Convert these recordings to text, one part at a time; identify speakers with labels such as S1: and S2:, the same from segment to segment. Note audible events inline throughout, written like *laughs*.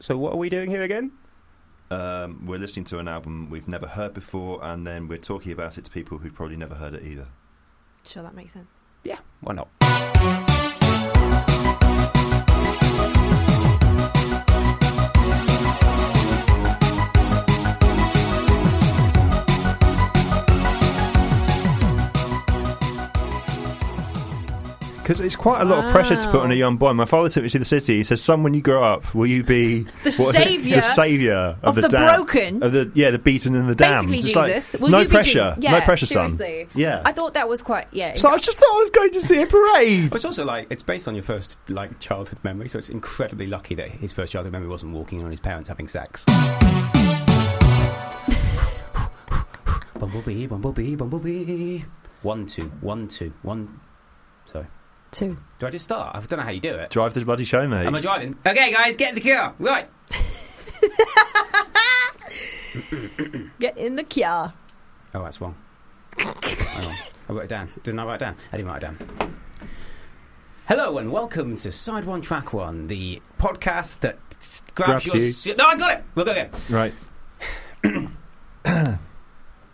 S1: So what are we doing here again?
S2: Um, we're listening to an album we've never heard before, and then we're talking about it to people who've probably never heard it either.
S3: Sure, that makes sense.
S1: Yeah, why not?
S2: Because it's quite a lot of pressure to put on a
S3: Wow.
S2: young boy. My father took me to the city. He says, "Son, when you grow up, will you be
S3: The
S2: what- *laughs*
S3: saviour
S2: the savior of,
S3: of the
S2: dam-
S3: broken?
S2: of the yeah, the beaten and the damned."
S3: Basically,
S2: It's like,
S3: Jesus. Will
S2: no
S3: you be
S2: pressure,
S3: Jesus?
S2: no
S3: Yeah,
S2: pressure, son.
S3: seriously.
S2: Yeah,
S3: I thought that was quite yeah.
S4: So I just thought I was going to see a parade.
S5: But it's also like it's based on your first like childhood memory, so it's incredibly lucky that his first childhood memory wasn't walking in on his parents having sex. bumblebee, bumblebee, bumblebee. One two, one two, one. Sorry,
S3: Two.
S5: do I just start? I don't know how you do it.
S2: drive the bloody show, mate.
S5: Am I driving? Okay, guys, get in the car. Right.
S3: Get in the car.
S5: Oh, that's wrong. Hang on. I wrote it down. Didn't I write it down? I didn't write it down. Hello and welcome to Side One Track One, the podcast that s- grabs,
S2: Grabs
S5: your.
S2: you.
S5: si- no, I got it. We'll go again.
S2: Right.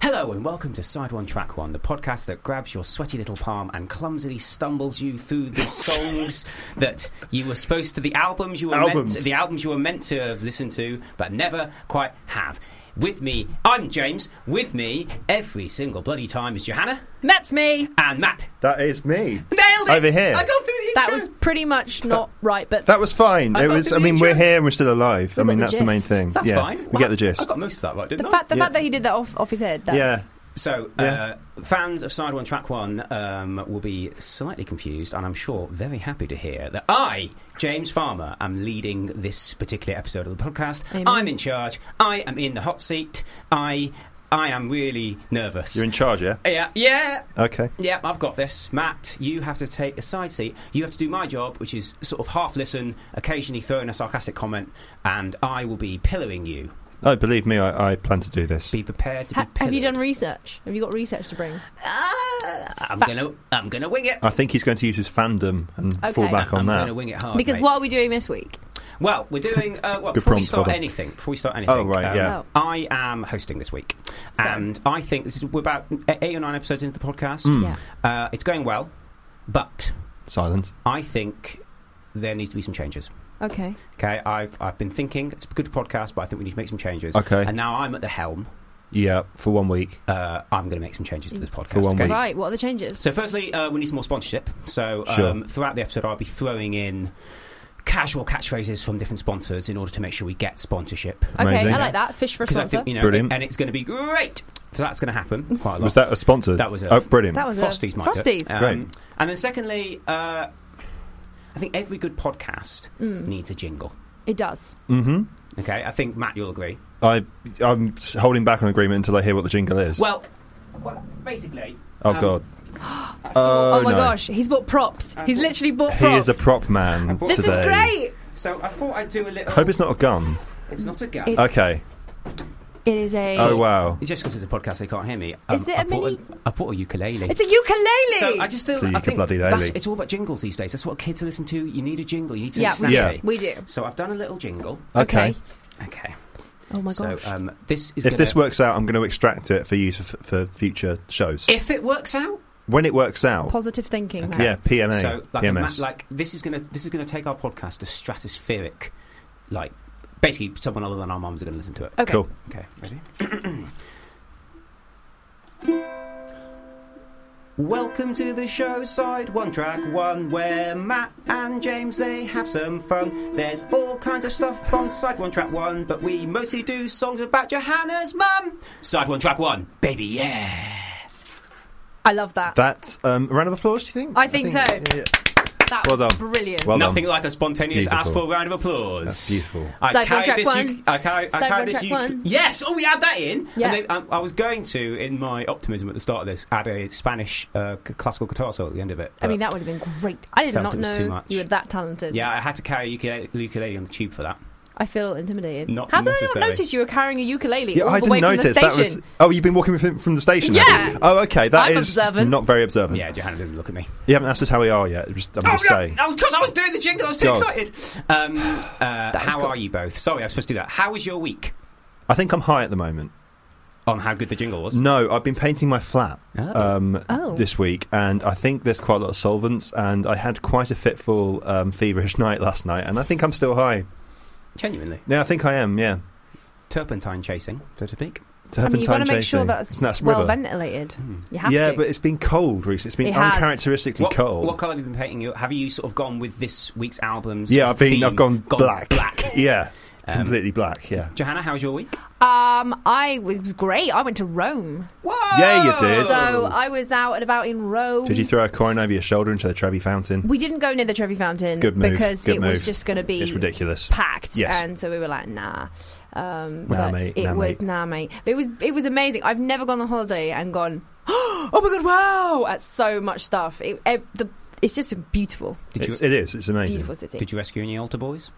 S5: Hello and welcome to Side One Track One, the podcast that grabs your sweaty little palm and clumsily stumbles you through
S2: *laughs*
S5: the songs that you were supposed to, the albums you were meant,
S2: Albums.
S5: the albums you were meant to have listened to, but never quite have. With me, I'm James. With me, every single bloody time is Johanna
S3: That's me.
S5: and Matt.
S2: That is me.
S5: Nailed
S2: Over here.
S5: I got through the
S3: That
S5: intro.
S3: was pretty much not right, but
S2: That was fine.
S5: I
S2: it
S5: got
S2: was.
S5: the
S2: I mean,
S5: intro.
S2: we're here and we're still alive. I
S3: We
S2: mean,
S3: got
S2: that's
S3: the
S2: the main
S3: gist.
S2: thing.
S5: That's
S2: yeah,
S5: fine.
S2: We
S5: Well,
S2: get the gist.
S5: I got most of that right,
S3: the
S5: didn't I?
S3: fact the
S2: Yeah.
S3: fact that he did that off off his head. That's,
S2: Yeah.
S5: So,
S2: Yeah.
S5: uh, fans of Side One Track One um, will be slightly confused, and I'm sure very happy to hear that I, James Farmer, am leading this particular episode of the podcast.
S3: Amen.
S5: I'm in charge. I am in the hot seat. I, I am really nervous.
S2: You're in charge, yeah.
S5: yeah, yeah,
S2: Okay.
S5: yeah. I've got this, Matt. You have to take a side seat. You have to do my job, which is sort of half listen, occasionally throw in a sarcastic comment, and I will be pillowing you.
S2: Oh, believe me, I, I plan to do this.
S5: Be prepared to be.
S3: Ha- have you
S5: pillowed.
S3: done research? Have you got research to bring?
S5: Ah, I'm
S3: Fa-
S5: gonna, I'm gonna wing it.
S2: I think he's going to use his fandom and
S3: Okay.
S2: fall back
S5: I'm
S2: on
S5: gonna
S2: that.
S5: wing it hard.
S3: Because
S5: mate.
S3: what are we doing this week?
S5: Well, we're doing. Uh, well,
S2: *laughs* Good
S5: before we
S2: prompt,
S5: start
S2: Father.
S5: anything, before we start anything. um,
S2: Oh, right, yeah.
S3: Oh.
S5: I am hosting this week,
S3: So-
S2: Um,
S5: and I think this is we're about e, eight or nine episodes into the podcast.
S2: Mm.
S3: Yeah.
S5: Uh, it's going well, but
S2: Silence.
S5: I think there needs to be some changes.
S3: Okay.
S5: Okay, I've I've been thinking it's a good podcast, but I think we need to make some changes.
S2: Okay.
S5: And now I'm at the helm.
S2: Yeah, for one week.
S5: Uh, I'm going to make some changes to this podcast.
S2: one
S5: okay?
S2: week.
S3: Right. What are the changes?
S5: So, firstly, uh, we need some more sponsorship. So, um,
S2: Sure.
S5: throughout the episode, I'll be throwing in casual catchphrases from different sponsors in order to make sure we get sponsorship.
S3: okay,
S2: Amazing.
S3: I like that. Fish for a
S5: Because I
S3: sponsor.
S2: E
S5: think you know,
S2: Brilliant.
S5: and it's going to be great. So that's going to
S3: *laughs*
S5: happen quite a lot.
S2: Was that a sponsor?
S5: That was a-
S2: oh, brilliant.
S3: that was
S5: Frosties,
S3: a,
S5: might do it.
S3: Frosties.
S5: Um,
S2: Great.
S5: And then, secondly, uh, I think every good podcast
S3: Mm.
S5: needs a jingle.
S3: It does.
S2: hmm
S5: Okay, I think Matt, you'll agree.
S2: I I'm s- holding back on agreement until I hear what the jingle is.
S5: Well, well basically.
S2: oh
S5: um,
S2: god.
S5: I
S2: Oh,
S3: Oh, my
S2: no.
S3: gosh, he's bought props.
S5: Uh,
S3: He's literally bought
S2: He
S3: props.
S2: is a prop man
S5: And what-
S3: this
S2: today.
S3: is great.
S5: So I thought I'd do a little.
S2: I hope it's not a gun.
S5: It's not a gap.
S3: It's-
S2: Okay.
S3: It is a.
S2: Oh wow.
S5: just because it's a podcast, they can't hear me. Um,
S3: Is it
S5: I
S3: a
S5: bought
S3: mini-
S5: I bought a ukulele.
S3: It's a ukulele.
S5: so I just feel
S2: So you
S5: I
S2: can
S5: think
S2: bloody
S5: that's,
S2: daily.
S5: it's all about jingles these days. That's what kids listen to. You need a jingle. You need
S3: yeah,
S5: something
S3: we do.
S2: Yeah.
S5: snappy.
S3: We do.
S5: So I've done a little jingle.
S2: Okay.
S5: Okay.
S3: Oh my
S5: so
S3: gosh.
S5: um, this is
S2: If
S5: gonna-
S2: this works out, I'm going to extract it for use for, for future shows.
S5: if it works out.
S2: when it works out.
S3: Positive thinking.
S5: Okay.
S3: Matt.
S2: yeah, PMA.
S5: So like, a ma-
S2: PMS.
S5: like this is gonna this is gonna take our podcast to stratospheric, like basically someone other than our mums are gonna listen to it.
S3: Okay.
S2: Cool.
S5: Okay, ready. Welcome to the show, side one track one, where Matt and James they have some fun. There's all kinds of stuff on side one track one, but we mostly do songs about Johanna's mum. Side one track one, baby, yeah.
S3: I love that.
S2: That um, a round of applause? Do you think?
S3: I think so.
S2: yeah, yeah.
S3: That
S2: Well
S3: was
S2: done.
S3: brilliant.
S2: Well
S5: Nothing
S2: done.
S5: like a spontaneous
S2: Beautiful.
S5: ask for a round of applause.
S2: That's beautiful.
S5: I
S3: Side one,
S5: carried
S3: track
S5: this.
S3: one.
S5: U- I carried, I
S3: Side
S5: carried
S3: one,
S5: this.
S3: track
S5: U-
S3: one.
S5: Yes. Oh, we add that in.
S3: Yeah.
S5: And then, um, I was going to, in my optimism at the start of this, add a Spanish uh, c- classical guitar solo at the end of it.
S3: I
S5: but-
S3: mean, that would have been great. I did
S5: Felt
S3: not
S5: it was
S3: know
S5: too much.
S3: you were that talented.
S5: Yeah, I had to carry a ukulele, ukulele on the tube for that.
S3: I feel intimidated.
S1: Not
S3: How did I not
S1: necessarily.
S3: notice you were carrying a ukulele
S2: Yeah,
S3: all
S2: I
S3: the
S2: didn't
S3: way
S2: notice.
S3: from the
S2: That
S3: station?
S2: was. Oh, you've been walking with him from the station. have
S3: Yeah.
S2: you? Oh, okay. That is
S3: I'm observant.
S2: not very observant.
S1: Yeah, Johanna doesn't look at me.
S2: You haven't asked us how we are yet. I'm just, I'm
S5: Oh,
S2: just saying.
S5: no, because I was doing the jingle, I was too
S2: Go on.
S5: excited. Um, uh,
S3: was
S5: how
S3: cool.
S5: are you both? Sorry, I was supposed to do that. How was your week?
S2: I think I'm high at the moment.
S5: On how good the jingle was.
S2: No, I've been painting my flat
S5: Oh.
S2: um,
S3: Oh.
S2: this week, and I think there's quite a lot of solvents. And I had quite a fitful, um, feverish night last night, and I think I'm still high.
S5: Genuinely.
S2: Yeah, I think I am. Yeah,
S5: Turpentine chasing, so to speak.
S3: I mean,
S2: turpentine
S3: you've got to make sure
S2: chasing.
S3: that's
S2: It's Nats
S3: well
S2: River.
S3: ventilated.
S2: Hmm.
S3: You have
S2: yeah,
S3: to.
S2: but it's been cold recently. It's been
S3: It has.
S2: uncharacteristically
S5: What,
S2: cold.
S5: what colour have you been painting? You Have you sort of gone with this week's albums?
S2: yeah, I've been.
S5: theme?
S2: I've gone, black.
S5: Black.
S2: yeah,
S5: Um,
S2: completely black. Yeah.
S5: Johanna, how was your week?
S3: um, I was great. I went to Rome,
S5: Whoa!
S2: Yeah, you did.
S3: so I was out and about in Rome.
S2: Did you throw a coin over your shoulder into the Trevi fountain?
S3: we didn't go near the Trevi Fountain
S2: Good move,
S3: because
S2: good
S3: it was
S2: move.
S3: just going to be
S2: It's ridiculous.
S3: packed,
S2: Yes.
S3: and so we were like, nah.
S2: Nah,
S3: Um, but
S2: mate,
S3: It
S2: nah,
S3: was
S2: mate.
S3: nah, mate. But it was it was amazing. I've never gone on holiday and gone. Oh my god! Wow, at so much stuff. It, ev- the, it's just a beautiful,
S5: Did you,
S2: It's, it is. It's amazing.
S3: beautiful city.
S5: did you rescue any altar boys?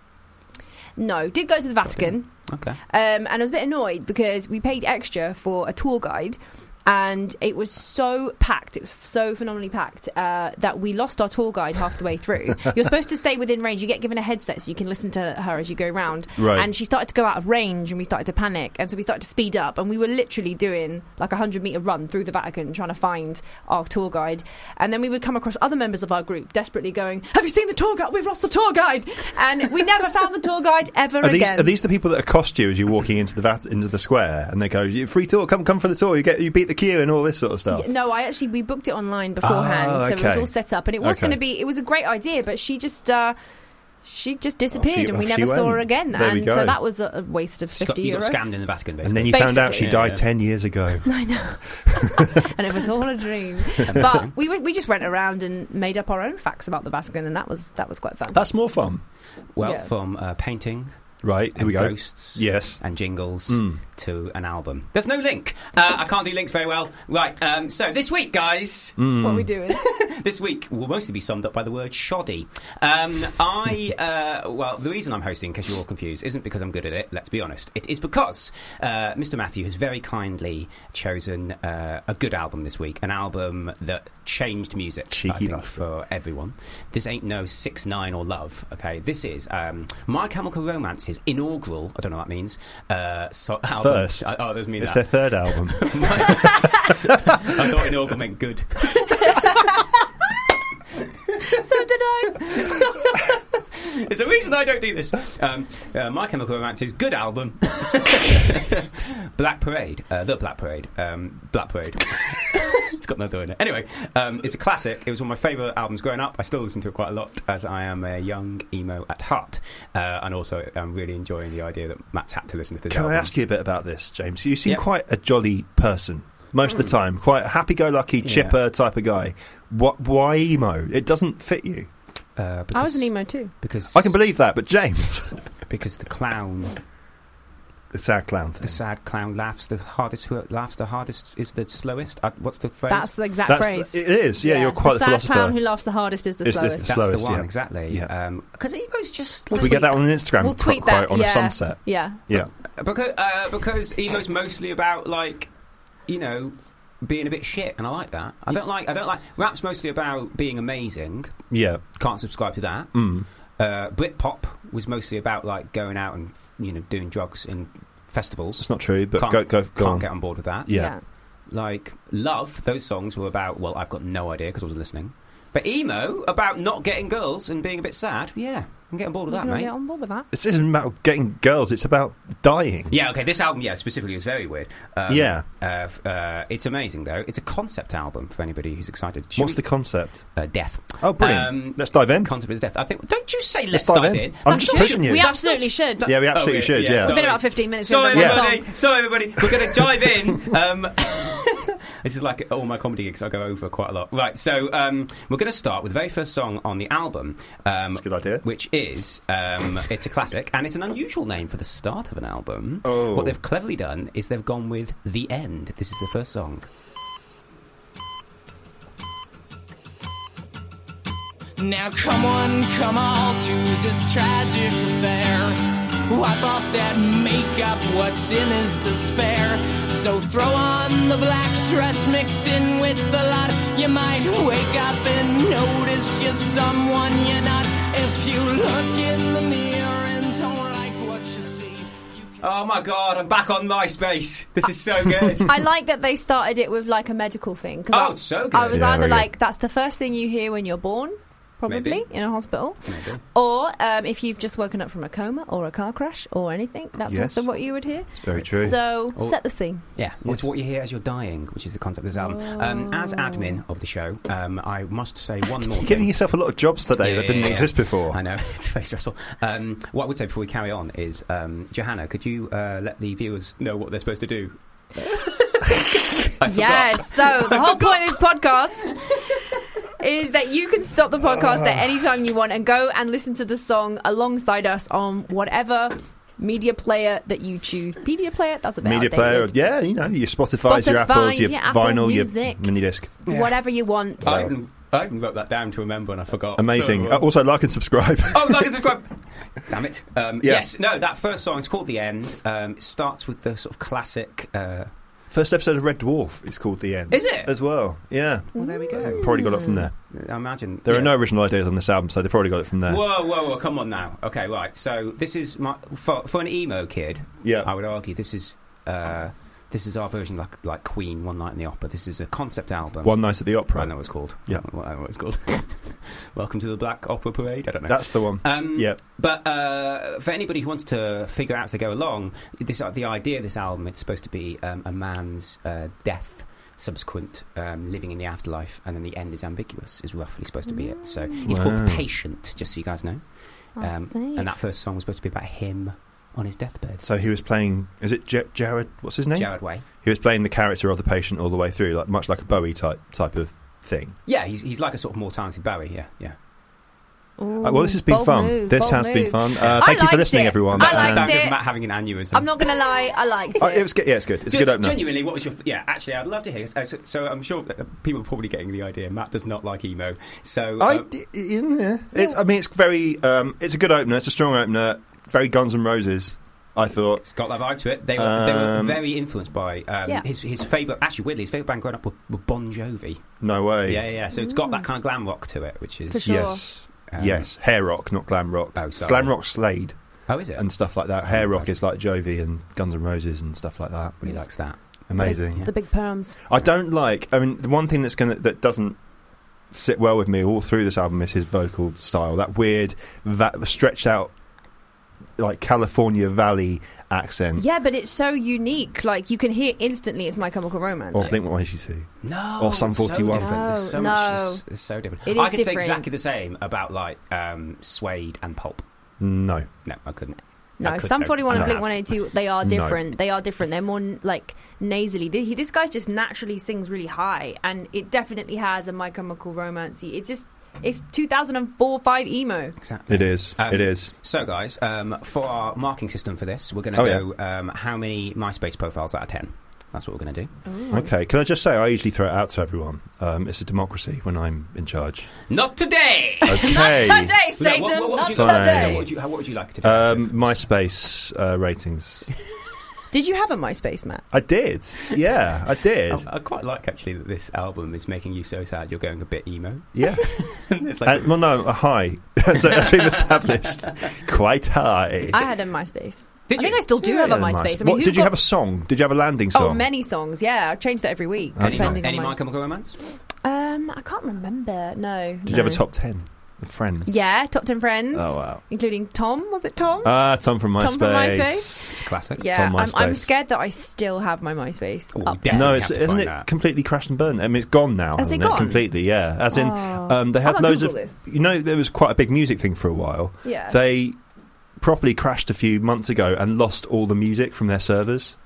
S3: No, did go to the Vatican,
S5: Okay.
S3: um, and I was a bit annoyed because we paid extra for a tour guide. And it was so packed, it was so phenomenally packed uh, that we lost our tour guide half the way through. You're supposed to stay within range. You get given a headset so you can listen to her as you go round.
S2: Right.
S3: And she started to go out of range, and we started to panic, and so we started to speed up, and we were literally doing like a hundred meter run through the Vatican trying to find our tour guide, and then we would come across other members of our group desperately going, "Have you seen the tour guide? We've lost the tour guide!" And we never found the tour guide ever
S2: Are these,
S3: again.
S2: are these the people that accost you as you're walking into the vat, into the square, and they go, "You- "Free tour, come come for the tour. You get you beat the queue and all this sort of stuff."
S3: Yeah, No, I actually we booked it online beforehand,
S2: Oh,
S3: so it was
S2: okay.
S3: all set up, and it was
S2: Okay.
S3: going to be. It was a great idea, but she just uh, she just disappeared, and we
S2: off she
S3: never saw
S2: went.
S3: her again.
S2: There we
S3: and
S2: go.
S3: so that was a a waste of
S5: You got,
S3: fifty
S5: you got
S3: euro.
S5: scammed in the Vatican, basically.
S2: and then you found out she
S3: Basically.
S2: died
S5: Yeah.
S2: ten years ago.
S3: *laughs* I know, *laughs* and it was all a dream. But we were- we just went around and made up our own facts about the Vatican, and that was that was quite fun.
S2: That's more fun,
S5: well,
S3: Yeah.
S5: from uh, painting
S2: right? Here
S5: and
S2: we go.
S5: ghosts
S2: Yes.
S5: and jingles
S2: Mm.
S5: to an album. There's no link. Uh, I can't do links very well. Right. Um, so this week, guys,
S3: what
S2: Mm.
S3: we doing? *laughs*
S5: this week will mostly be summed up by the word shoddy. Um,
S2: *laughs*
S5: I, uh, well, the reason I'm hosting, because you're all confused, isn't because I'm good at it, let's be honest. It is because uh, Mr. Matthew has very kindly chosen uh, a good album this week, an album that changed music, I
S2: Cheeky
S5: think,
S2: bastard.
S5: for everyone. This ain't no 6 9 or love, okay? This is um, My Chemical Romance, his inaugural, I don't know what that means, uh, so, album.
S2: First.
S5: Oh, it doesn't mean
S2: It's
S5: that.
S2: their third album.
S5: I thought inaugural meant good.
S3: so did I.
S5: There's a reason I don't do this. Um, uh, My Chemical Romance's good album, Black Parade, uh, the Black Parade, um, Black Parade. *laughs* it's got another in it. Anyway, um, it's a classic. It was one of my favourite albums growing up. I still listen to it quite a lot as I am a young emo at heart, uh, and also I'm really enjoying the idea that Matt's had to listen to this
S2: Can
S5: album.
S2: I ask you a bit about this, James? You seem
S5: Yeah.
S2: quite a jolly person most of the time, quite a happy-go-lucky,
S5: Yeah.
S2: chipper type of guy. What? Why emo? It doesn't fit you.
S5: Uh, because,
S3: I was an emo too.
S5: because
S2: I can believe that, but James, *laughs*
S5: because the clown,
S2: the sad clown
S5: the
S2: thing.
S5: sad clown, laughs the hardest. Who laughs the hardest is the slowest. Uh, what's the phrase?
S3: That's the exact phrase.
S2: it is. Yeah, you're quite the
S3: the sad
S2: philosopher.
S3: clown who laughs the hardest is the
S2: It's- it's
S3: slowest.
S2: the
S5: That's
S2: slowest,
S5: the one
S2: yeah.
S5: exactly.
S2: Yeah.
S5: Because emo's just
S2: we
S5: like,
S2: get that on an Instagram
S3: We'll tweet
S2: quote
S3: that,
S2: on
S3: yeah.
S2: a sunset.
S3: yeah,
S2: Yeah.
S5: because uh, because emo's mostly about like you know being a bit shit, and I like that. I don't like I don't like rap's mostly about being amazing.
S2: Yeah.
S5: Can't subscribe to that.
S2: Mm.
S5: Uh, Britpop was mostly about like going out and you know doing drugs in festivals.
S2: It's not true, but
S5: Can't-
S2: go go go
S5: Can't
S2: on.
S5: get on board with that.
S2: Yeah.
S5: Like love, those songs were about well, I've got no idea because I wasn't listening. But emo about not getting girls and being a bit sad. Yeah, I'm getting bored
S3: You
S5: of that,
S3: can all
S5: mate.
S3: get on board with that.
S2: This isn't about getting girls. It's about dying.
S5: Yeah, okay. This album, yeah, specifically, is very weird. Um,
S2: Yeah.
S5: uh, f- uh, it's amazing though. It's a concept album for anybody who's excited. Should
S2: What's
S5: we-
S2: the concept?
S5: uh, death?
S2: Oh, brilliant.
S5: Um,
S2: Let's dive in.
S5: Concept is death. I think. Don't you say let's,
S2: Let's dive in. I'm
S5: That's
S2: just
S5: not-
S2: pushing you.
S3: We
S5: that's
S3: absolutely
S5: not-
S3: should.
S2: Yeah, we absolutely
S5: okay,
S2: should.
S5: yeah, so-
S2: Yeah.
S3: It's been
S5: Sorry.
S3: about fifteen minutes.
S5: Sorry,
S3: we've done one
S5: everybody.
S3: song.
S5: Sorry, everybody. We're
S2: *laughs*
S5: going to dive in. Um, *laughs* this is like all my comedy gigs. I go over quite a lot. Right. So um, we're going to start with the very first song on the album. Um,
S2: That's a good idea.
S5: which is um, it's a classic and it's an unusual name for the start of an album.
S2: Oh.
S5: What they've cleverly done is they've gone with the end. This is the first song.
S6: Now come on, come all to this tragic affair. Wipe off that makeup, what's in is despair. So throw on the black dress, mix in with the lot. You might wake up and notice you're someone you're not. If you look in the mirror and don't like what you see, you can.
S5: Oh my god, I'm back on MySpace. This is *laughs* so good.
S3: I like that they started it with like a medical thing. 'cause
S5: Oh,
S3: I,
S5: it's so good.
S3: I was
S1: Yeah,
S3: either
S1: very
S3: like, that's the first thing you hear when you're born, probably
S5: Maybe.
S3: in a hospital,
S5: Maybe.
S3: or um, if you've just woken up from a coma or a car crash or anything, that's
S2: Yes.
S3: also what you would hear.
S2: It's very true.
S3: So
S5: Oh.
S3: set the scene.
S5: Yeah, well, it's what you hear as you're dying, which is the concept of this album. Um, as admin of the show, um, I must say one more
S2: You're
S5: thing.
S2: giving yourself a lot of jobs today
S5: Yeah,
S2: that didn't
S5: yeah, yeah.
S2: exist before.
S5: I know, *laughs* it's very stressful. Um, what I would say before we carry on is, um, Johanna, could you uh, let the viewers know what they're supposed to do? I forgot.
S2: *laughs*
S3: Yes. So the whole point of this podcast is that you can stop the podcast at
S2: Ah.
S3: any time you want and go and listen to the song alongside us on whatever media player that you choose. Media player, that's a bit
S2: Media
S3: outdated.
S2: player, yeah, you know, your Spotify's, your
S3: Spotify's,
S2: Apples, your,
S3: your Apple
S2: vinyl,
S3: Music.
S2: your mini disc.
S5: Yeah.
S3: Whatever you want.
S5: I even, I even wrote that down to remember and I forgot.
S2: Amazing.
S5: So-
S2: Uh, also, like and subscribe. *laughs*
S5: oh, like and subscribe. *laughs* Damn it. Um,
S2: Yeah.
S5: Yes, no, that first song is called The End. Um, it starts with the sort of classic. Uh,
S2: First episode of Red Dwarf is called The End.
S5: Is it?
S2: As well, yeah.
S5: well, there we go.
S2: Probably got it from there.
S5: I imagine.
S2: There
S5: yeah.
S2: are no original ideas on this album, so they probably got it from there.
S5: Whoa, whoa, whoa! Come on now. Okay, right. So this is my for, for an emo kid. I
S2: Yeah.
S5: would argue this is uh, this is our version of like like Queen, One Night in the Opera. This is a concept album.
S2: One Night at the
S5: I
S2: Opera.
S5: don't know what it's called.
S2: Yeah.
S5: I don't know what it's called. *laughs* Welcome to the Black Opera Parade. I don't know.
S2: That's the one.
S5: um,
S2: Yeah.
S5: But uh, for anybody who wants to figure out as they go along, this uh, the idea of this album it's supposed to be um, a man's uh, death, subsequent um, living in the afterlife, and then the end is ambiguous. Is roughly supposed to be it. So it's
S2: Wow.
S5: called Patient, just so you guys know.
S3: I
S5: um,
S3: see.
S5: And that first song was supposed to be about him on his deathbed.
S2: So he was playing. Is it J- Jared? What's his name?
S5: Jared Way.
S2: He was playing the character of the patient all the way through, like much like a Bowie type type of thing.
S5: Yeah, he's, he's like a sort of more talented Bowie. Yeah, yeah.
S3: Ooh,
S2: Uh, well, this has been
S3: bold
S2: fun.
S3: move,
S2: this
S3: bold
S2: has been
S3: move.
S2: fun. Uh,
S3: I
S2: thank you for
S3: liked
S2: listening,
S3: it.
S2: everyone.
S3: I
S5: That's the
S3: liked
S5: sound
S3: it.
S5: of Matt having an aneurysm.
S3: I'm not gonna lie, I liked it.
S2: Uh, it was good. Yeah, it's good. It's a good
S5: Gen-
S2: opener.
S5: Genuinely, what was your? Th- yeah, actually, I'd love to hear. Uh, so, so I'm sure that, uh, people are probably getting the idea. Matt does not like emo. So uh,
S2: I, d- yeah. It's, I mean, it's very. Um, it's a good opener. It's a strong opener. Very Guns N' Roses. I thought.
S5: it's got that vibe to it. They were, they were
S2: Um,
S5: very influenced by um,
S3: Yeah.
S5: his his favorite. Actually, weirdly, his favorite band growing up were, were Bon Jovi.
S2: No way.
S5: Yeah, yeah. yeah. So it's got that kind of glam rock to it, which
S3: Mm. For
S5: is
S3: sure.
S2: Yes.
S5: um,
S2: yes. Hair rock, not glam rock.
S5: Oh, sorry.
S2: Glam rock Slade
S5: Oh, is it?
S2: and stuff like that. Hair
S5: Oh,
S2: rock
S5: okay.
S2: is like Jovi and Guns N' Roses and stuff like that.
S5: really likes that.
S2: Amazing.
S5: Yeah.
S3: The big perms.
S2: I don't like. I mean, the one thing that's gonna that doesn't sit well with me all through this album is his vocal style. That weird, that stretched out, like California Valley accent.
S3: Yeah, but it's so unique. Like you can hear instantly it's My Chemical Romance.
S2: Or Blink One Eighty Two.
S5: No,
S2: Or Sum
S5: it's so
S2: 41.
S5: different. There's so
S3: No,
S5: much.
S3: no.
S5: It's, it's so different.
S3: It
S5: I
S3: is
S5: could
S3: different.
S5: say exactly the same about like um, suede and pulp.
S2: No,
S5: No, I couldn't. I
S3: No,
S5: could-
S3: Sum
S5: I-
S3: 41
S2: no.
S3: and Blink 182, they are
S2: No.
S3: different. They are different. They're more like nasally. Th- he- This guy's just naturally sings really high, and it definitely has a My Chemical Romance. It's just, it's 2004 5 emo.
S5: Exactly.
S2: it is.
S5: Um,
S2: it is.
S5: So, guys, um, for our marking system for this, we're going to
S2: Oh,
S5: go um, how many MySpace profiles out of 10? That's what we're going to do.
S2: Okay. Can I just say I usually throw it out to everyone. Um, it's a democracy when I'm in charge.
S5: Not today!
S2: Okay.
S3: Not today,
S5: No,
S3: *laughs* Satan!
S5: would
S3: Not
S5: you,
S2: Sorry.
S5: yeah, what
S3: today!
S5: would you, how, what would you like today?
S2: Um, MySpace uh, ratings.
S3: Did you have a MySpace, Matt?
S2: I did. Yeah, I did.
S5: Oh, I, I quite like actually that this album is making you so sad you're going a bit emo. *laughs*
S2: Yeah.
S5: it's like,
S2: Uh, well, no, a high. *laughs* so that's been established. Quite high.
S3: I had a MySpace.
S5: did
S3: I
S5: you?
S3: think I still do have a
S2: Yeah,
S3: MySpace. I mean,
S2: What-
S3: who
S2: did you
S3: got-
S2: have a song? Did you have a landing song?
S3: Oh, many songs. Yeah, I've changed that every week.
S2: Okay.
S3: Depending
S5: any
S3: on
S5: My
S3: my...
S5: Chemical Romance?
S3: Um, I can't remember. No.
S2: Did you have
S3: no.
S2: a top ten of friends?
S3: Yeah, top 10 friends,
S2: Oh wow.
S3: including Tom. Was it Tom?
S2: Ah, Tom from MySpace.
S3: Tom from
S5: It's a classic.
S3: yeah,
S2: on
S3: I'm, I'm
S2: MySpace.
S3: scared that I still have my MySpace.
S5: Oh, we
S3: up.
S5: definitely
S2: No,
S5: have
S2: it's,
S5: to
S2: isn't
S5: find
S2: it
S5: that.
S2: completely crashed and burned? I mean, it's gone now.
S3: Has it
S2: hasn't
S3: gone?
S2: completely? Yeah. As in,
S3: Oh.
S2: um, they had
S3: I'm gonna
S2: loads of.
S3: Google Uh. this.
S2: You know, there was quite a big music thing for a while.
S3: Yeah.
S2: They properly crashed a few months ago and lost all the music from their servers.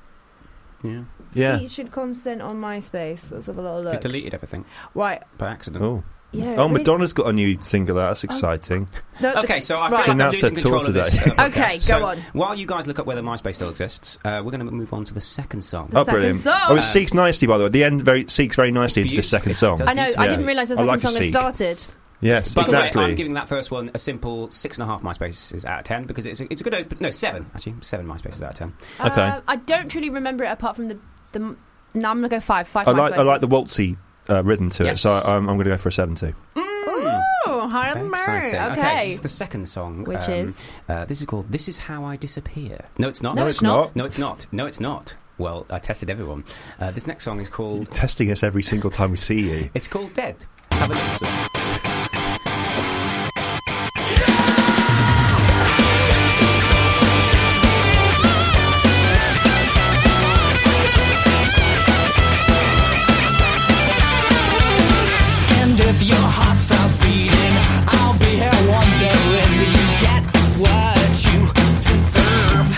S5: Yeah.
S2: Yeah.
S3: Featured consent on MySpace. Let's have a little
S5: They
S3: look.
S5: deleted everything
S3: Right.
S5: by accident.
S2: Oh.
S3: Yeah.
S2: Oh,
S3: really-
S2: Madonna's got a new single out. That's exciting.
S3: No, the-
S5: Okay, so I
S3: Oh, Right.
S5: feel like I'm
S2: Announced
S5: losing
S2: at
S5: control
S2: tour
S5: of this.
S2: today. *laughs*
S5: uh, podcast.
S3: Okay, go
S5: So
S3: on.
S5: While you guys look up whether MySpace still exists, uh, we're going to move on to the second song.
S3: The
S2: oh,
S3: second
S2: brilliant!
S3: song.
S2: Oh, it seeks nicely, by the way. The end very seeks very nicely into the
S5: beautiful.
S2: second
S5: It's
S2: song.
S5: done.
S3: I know. I
S2: Yeah.
S3: didn't realise the
S2: I
S3: second
S2: like to
S3: song had
S2: seek.
S3: started.
S2: Yes,
S5: By the
S2: exactly.
S5: way, I'm giving that first one a simple six and a half MySpaces out of ten because it's a, it's a good open. No, seven actually, seven MySpaces out of ten.
S2: Okay.
S3: Uh, I don't truly remember it apart from the. the no, I'm going to go five. Five
S2: I like I
S3: MySpaces.
S2: like the waltzy uh, rhythm to it,
S5: Yes.
S2: so I, I'm, I'm going to go for a seven two.
S3: Oh, higher than mine.
S5: exciting.
S3: Okay.
S5: this is the second song,
S3: Which
S5: um,
S3: is?
S5: uh, this is called "This Is How I Disappear." No, it's not.
S3: No, No, it's it's not.
S5: No, it's not. No, it's not. Well, I tested everyone. Uh, this next song is
S2: You're *laughs*
S5: called
S2: testing us every single time we see you.
S5: "It's Called Dead." Have a listen.
S6: And if your heart stops beating, I'll be here wondering, did you get what you deserve?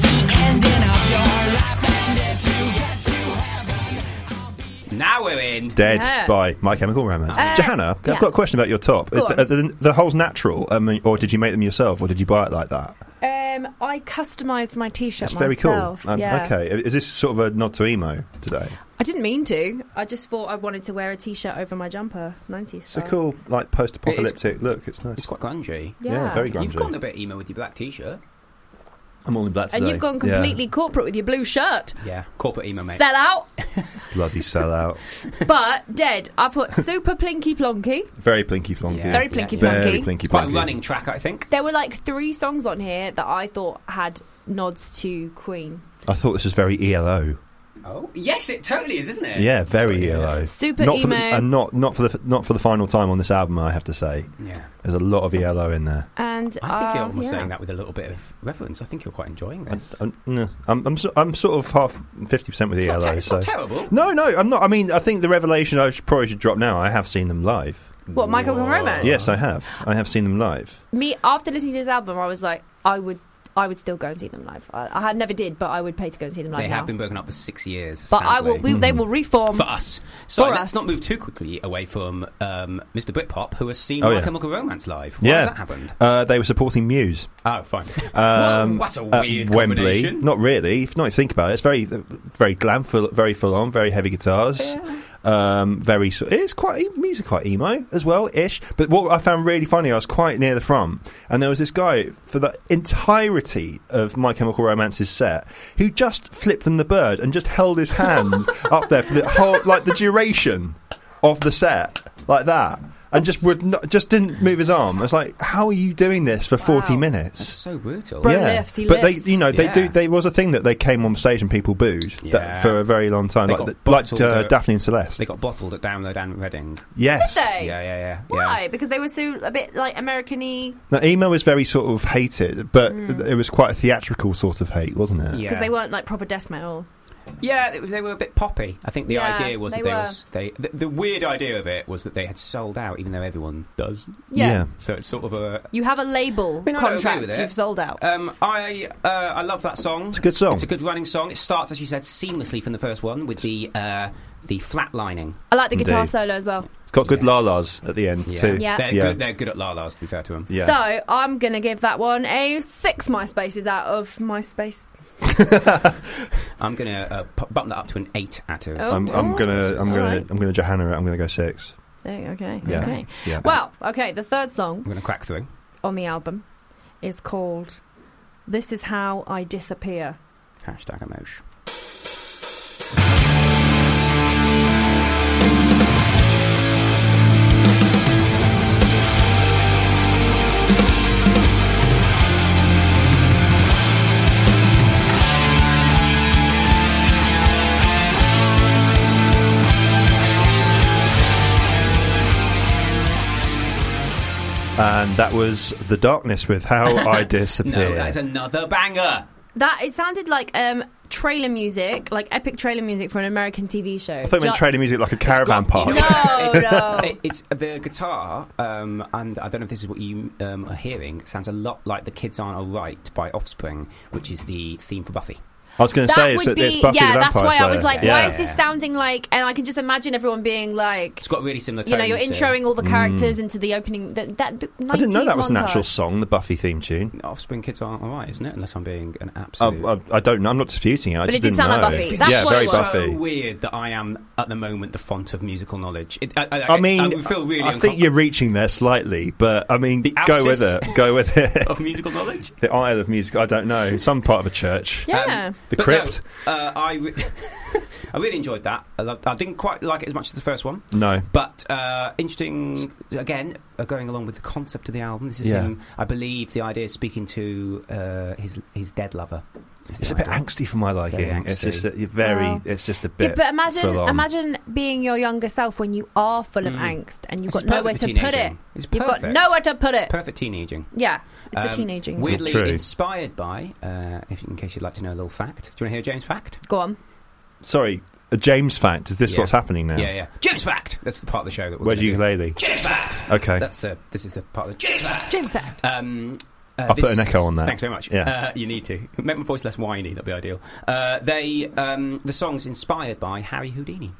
S6: The ending of your life, and if you get to heaven, I'll be.
S5: Now we're in.
S2: Dead
S3: Yeah.
S2: by My Chemical Romance.
S3: Uh,
S2: Johanna,
S3: yeah.
S2: I've got a question about your top. Is
S3: Go
S2: the, uh, the, the hole's natural, I mean, or did you make them yourself, or did you buy it like that?
S3: Um, I customised my T-shirt.
S2: That's very cool.
S3: myself,
S2: Um,
S3: yeah.
S2: Okay, is this sort of a nod to emo today?
S3: I didn't mean to. I just thought I wanted to wear a T-shirt over my jumper. 90s.
S2: It's a cool, like post-apocalyptic look. It's nice.
S5: It's quite grungy.
S3: Yeah.
S2: very grungy.
S5: You've gone a bit emo with your black T-shirt.
S2: I'm all in black
S3: And
S2: today.
S3: you've gone
S2: Yeah.
S3: completely corporate with your blue shirt.
S5: Yeah, corporate emo mate. *laughs*
S3: Sell out,
S2: bloody sellout.
S3: but dead. I
S2: *laughs*
S3: put super plinky plonky.
S2: Very plinky flonky.
S5: Yeah.
S3: Very plinky
S2: Very
S3: plonky.
S2: plinky
S5: It's quite a
S2: plonky.
S5: running track, I think.
S3: There were like three songs on here that I thought had nods to Queen.
S2: I thought this was very ELO.
S5: Oh, yes, it totally is, isn't it?
S2: Yeah, very E
S5: Sorry,
S2: ELO.
S3: Super
S2: not
S3: emo.
S2: for the, and not not for the not for the final time on this album. I have to say,
S5: Yeah.
S2: there's a lot of ELO in there.
S3: and
S5: I think you're
S3: uh,
S5: almost
S3: yeah.
S5: saying that with a little bit of reverence. I think you're quite enjoying
S2: I,
S5: this.
S2: I'm, no, I'm, I'm, so, I'm sort of half fifty percent with
S5: It's
S2: ELO.
S5: not, te- it's
S2: so
S5: not terrible.
S2: no, no, I'm not. I mean, I think the revelation I should, probably should drop now. I have seen them live.
S3: What Michael
S5: Whoa.
S3: Romance?
S2: Mm. Yes, I have. I have seen them live.
S3: Me after listening to this album, I was like, I would, I would still go and see them live. I, I had never did, but I would pay to go and see them live.
S5: they
S3: now.
S5: have been broken up for six years.
S3: but I will.
S5: sadly.
S3: We, They will reform.
S5: for us. So
S3: For
S5: let's
S3: us.
S5: not move too quickly away from um, Mr. Britpop, who has seen
S2: Oh,
S5: My
S2: yeah.
S5: Chemical Romance live. Why
S2: Yeah.
S5: has that happened?
S2: Uh, they were supporting Muse.
S5: Oh, fine.
S2: Um,
S5: what, a, what a
S2: at
S5: weird
S2: Wembley.
S5: combination.
S2: Not really. If not, think about it. It's very, very glam, full, very full on, very heavy guitars. Um, very. so- It's quite e, music, quite emo as well, ish. But what I found really funny, I was quite near the front, and there was this guy for the entirety of My Chemical Romance's set who just flipped them the bird and just held
S5: *laughs*
S2: his hand up there for the whole, like the duration of the set, like that. And just would not, just didn't move his arm. I was like, "How are you doing this for forty
S3: Wow.
S5: That's *laughs*
S2: minutes?"
S5: so brutal.
S3: Bro- lifts, he
S2: but
S3: lifts.
S2: they, you know, they
S5: Yeah.
S2: do. They was a thing that they came on stage and people booed
S5: Yeah.
S2: that for a very long time,
S5: They
S2: like,
S5: got
S2: the, like
S5: bottled
S2: uh,
S5: at-
S2: Daphne and Celeste.
S5: They got bottled at Download and Reading.
S2: yes,
S3: Did they?
S5: Yeah, yeah, yeah.
S3: Why?
S5: yeah.
S3: Because they were so a bit like American-y.
S2: now emo was very sort of hated, but
S3: Hmm.
S2: it was quite a theatrical sort of hate, wasn't it?
S5: Yeah.
S3: because they weren't like proper death metal.
S5: Yeah, they, they were a bit poppy. I think the
S3: Yeah,
S5: idea was
S3: they
S5: that they,
S3: were.
S5: was, they the, the weird idea of it was that they had sold out, even though everyone does.
S3: Yeah.
S5: So it's sort of a.
S3: You have a label
S5: mean, I don't agree
S3: contract.
S5: with it.
S3: You've sold out.
S5: Um, I uh, I love that song.
S2: It's a good song.
S5: It's a good running song. It starts, as you said, seamlessly from the first one with the uh, the flatlining.
S3: I like the guitar
S2: indeed.
S3: solo as well.
S2: it's got good
S5: Yes.
S2: la las at the end
S5: Yeah.
S2: too.
S3: Yeah.
S5: They're,
S2: Yeah.
S5: Good, they're good at La La's, to be fair to
S2: *laughs*
S5: them.
S2: Yeah.
S3: So I'm gonna give that one a six MySpaces out of MySpace.
S5: I'm going to uh, pu- bump that up to an 8 out of.
S3: Oh.
S2: I'm, I'm gonna, I'm gonna,
S3: Alright.
S2: I'm gonna Johanna. it, I'm gonna go six.
S3: So, okay,
S2: Yeah.
S3: okay.
S2: Yeah.
S3: Well, okay. The third song
S5: I'm going to crack through.
S3: on the album is called "This Is How I Disappear."
S5: Hashtag emotion.
S2: and that was the darkness with
S3: *laughs*
S2: how I
S5: No,
S2: disappear.
S5: that is another banger.
S3: That it sounded like um, trailer music, like epic trailer music for an American TV show.
S2: I thought it meant
S3: Ju-
S2: trailer music like a caravan
S5: got-
S2: park.
S5: you
S3: No,
S2: *laughs*
S3: no.
S5: It, it's the guitar, um, and I don't know if this is what you um, are hearing, it sounds a lot like The Kids Aren't Alright by Offspring, which is the theme for Buffy.
S2: I was going to
S3: That
S2: say, it's,
S3: would
S2: it's
S3: be
S2: Buffy
S3: yeah.
S2: the
S3: That's
S2: Vampire
S3: why I
S2: Slayer.
S3: was like,
S2: yeah.
S3: why is this sounding like? And I can just imagine everyone being like,
S5: It's got really similar tones.
S3: you know, you're
S5: to-
S3: introing all the characters into the opening. That, that the 90s
S2: Mm. I didn't know that was an
S3: montage.
S2: actual song, the Buffy theme tune.
S5: Offspring Kids Aren't Alright, isn't it? Unless I'm being an
S2: I,
S5: absolute.
S2: I, I don't know. I'm not disputing it. I
S3: But
S2: just
S3: it did
S2: didn't
S3: sound
S2: know.
S3: like Buffy.
S2: Oh,
S3: That's
S2: yeah,
S3: what
S2: very
S3: it was.
S5: so
S2: Buffy.
S5: weird that I am at the moment the font of musical knowledge. It, I, I,
S2: I mean,
S5: I, would feel really.
S2: I think you're reaching there slightly, but I mean,
S5: The
S2: go with
S5: Alsis.
S2: it. Go with it. *laughs*
S5: uncomfortable of musical knowledge.
S2: the Isle of Music. I don't know. Some part of a church.
S3: Yeah.
S2: The
S5: But
S2: crypt.
S5: No, uh, I, re- *laughs* I really enjoyed that. I, loved, I didn't quite like it as much as the first one,
S2: No.
S5: but uh, interesting. Again, uh, going along with the concept of the album, this is
S2: Yeah.
S5: him. I believe the idea is speaking to uh, his his dead lover. Is
S2: It's a
S5: the
S2: bit
S5: idea.
S2: angsty for my liking. It's
S5: angsty.
S2: just a, very.
S3: Well,
S2: It's just a bit.
S3: Yeah, but imagine
S2: full on.
S3: imagine being your younger self when you are full of
S5: Mm.
S3: angst and you've
S5: This
S3: got
S5: is perfect
S3: nowhere
S5: for
S3: to put it.
S5: teenaging. It's
S3: You've got
S5: perfect.
S3: nowhere to put it.
S5: Perfect teenaging.
S3: Yeah, it's a
S5: Um,
S3: teenaging. thing.
S5: Weirdly
S2: True.
S5: inspired by, uh, if, in case you'd like to know a little fact. Do you want to hear James' fact?
S3: Go on.
S2: Sorry, a James fact. Is this
S5: Yeah.
S2: what's happening now?
S5: Yeah, yeah. James' fact! That's the part of the show that we're
S2: Where's
S5: gonna
S2: your ukulele?
S5: do. James' fact!
S2: Okay.
S5: That's the, this is the part of the James' fact!
S3: James fact.
S5: Um, uh,
S2: I'll put an echo on that.
S5: Thanks very much.
S2: Yeah.
S5: Uh, you need to. Make my voice less whiny, that'd be ideal. Uh, they, um, the song's inspired by Harry Houdini.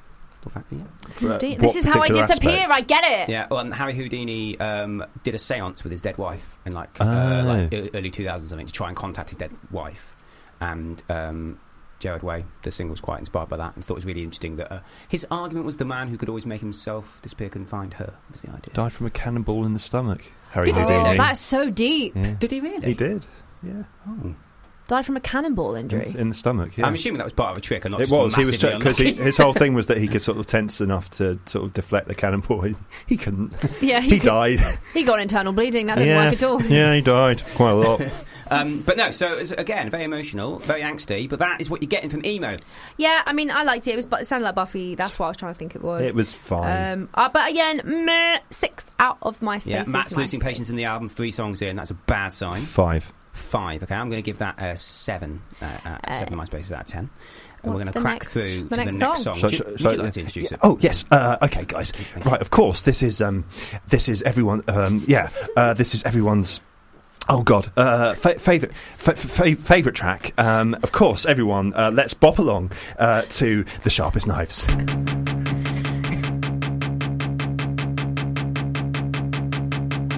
S5: Little fact for you.
S2: For, uh,
S3: Indeed.
S2: what
S3: This is how I
S2: particular
S3: disappear.
S2: aspect?
S3: I get it.
S5: Yeah, well, and Harry Houdini um, did a séance with his dead wife in like,
S2: Oh.
S5: uh, like e- early 2000s something to try and contact his dead wife. And um, Gerard Way, the singer, was quite inspired by that and thought it was really interesting that uh, his argument was the man who could always make himself disappear couldn't find her was the idea.
S2: Died from a cannonball in the stomach. Harry
S5: Did he
S2: Houdini.
S3: Oh, that's so deep.
S2: Yeah.
S5: Did he really?
S2: He did. Yeah.
S5: Oh.
S3: Died from a cannonball injury.
S2: In the stomach. Yeah.
S5: I'm assuming that was part of a trick and not
S2: It
S5: just
S2: was. He was
S5: massively
S2: because
S5: unlucky.
S2: his
S5: *laughs*
S2: whole thing was that he could sort of tense enough to sort of deflect the cannonball. He, he couldn't.
S3: Yeah,
S2: He
S3: *laughs* he,
S2: died.
S3: he got internal bleeding. *laughs* That didn't
S2: yeah.
S3: work at all.
S2: Yeah, he died quite
S3: *laughs*
S2: a lot.
S5: Um, but no, so it's, again, very emotional, very angsty, but that is what you're getting from emo.
S3: Yeah, I mean, I liked it. It was, but it sounded like Buffy. That's what I was trying to think it was.
S2: it was fine.
S3: Um, uh, but again, meh, six out of my space.
S5: Yeah,
S3: is
S5: Matt's
S3: my
S5: losing
S3: space.
S5: patience in the album, three songs in, that's a bad sign.
S2: Five.
S5: five. Okay, I'm going to give that a seven. Uh, uh,
S3: Uh,
S5: seven MySpaces out of ten. And we're
S3: what's
S5: going
S3: the
S5: to crack
S3: next-
S5: through
S3: the
S5: to the
S3: next
S5: next song.
S3: song?
S2: Shall-
S5: Would you,
S2: shall-
S5: would
S2: shall
S5: you
S2: I-
S5: like to introduce
S2: Yeah.
S5: it?
S2: Oh yes. Uh, okay, guys. Right. Of course. This is um, this is everyone. Um, yeah. Uh, this is everyone's. Oh God. Uh, fa- favorite fa- fa- favorite track. Um, of course, everyone. Uh, let's bop along uh, to the sharpest knives.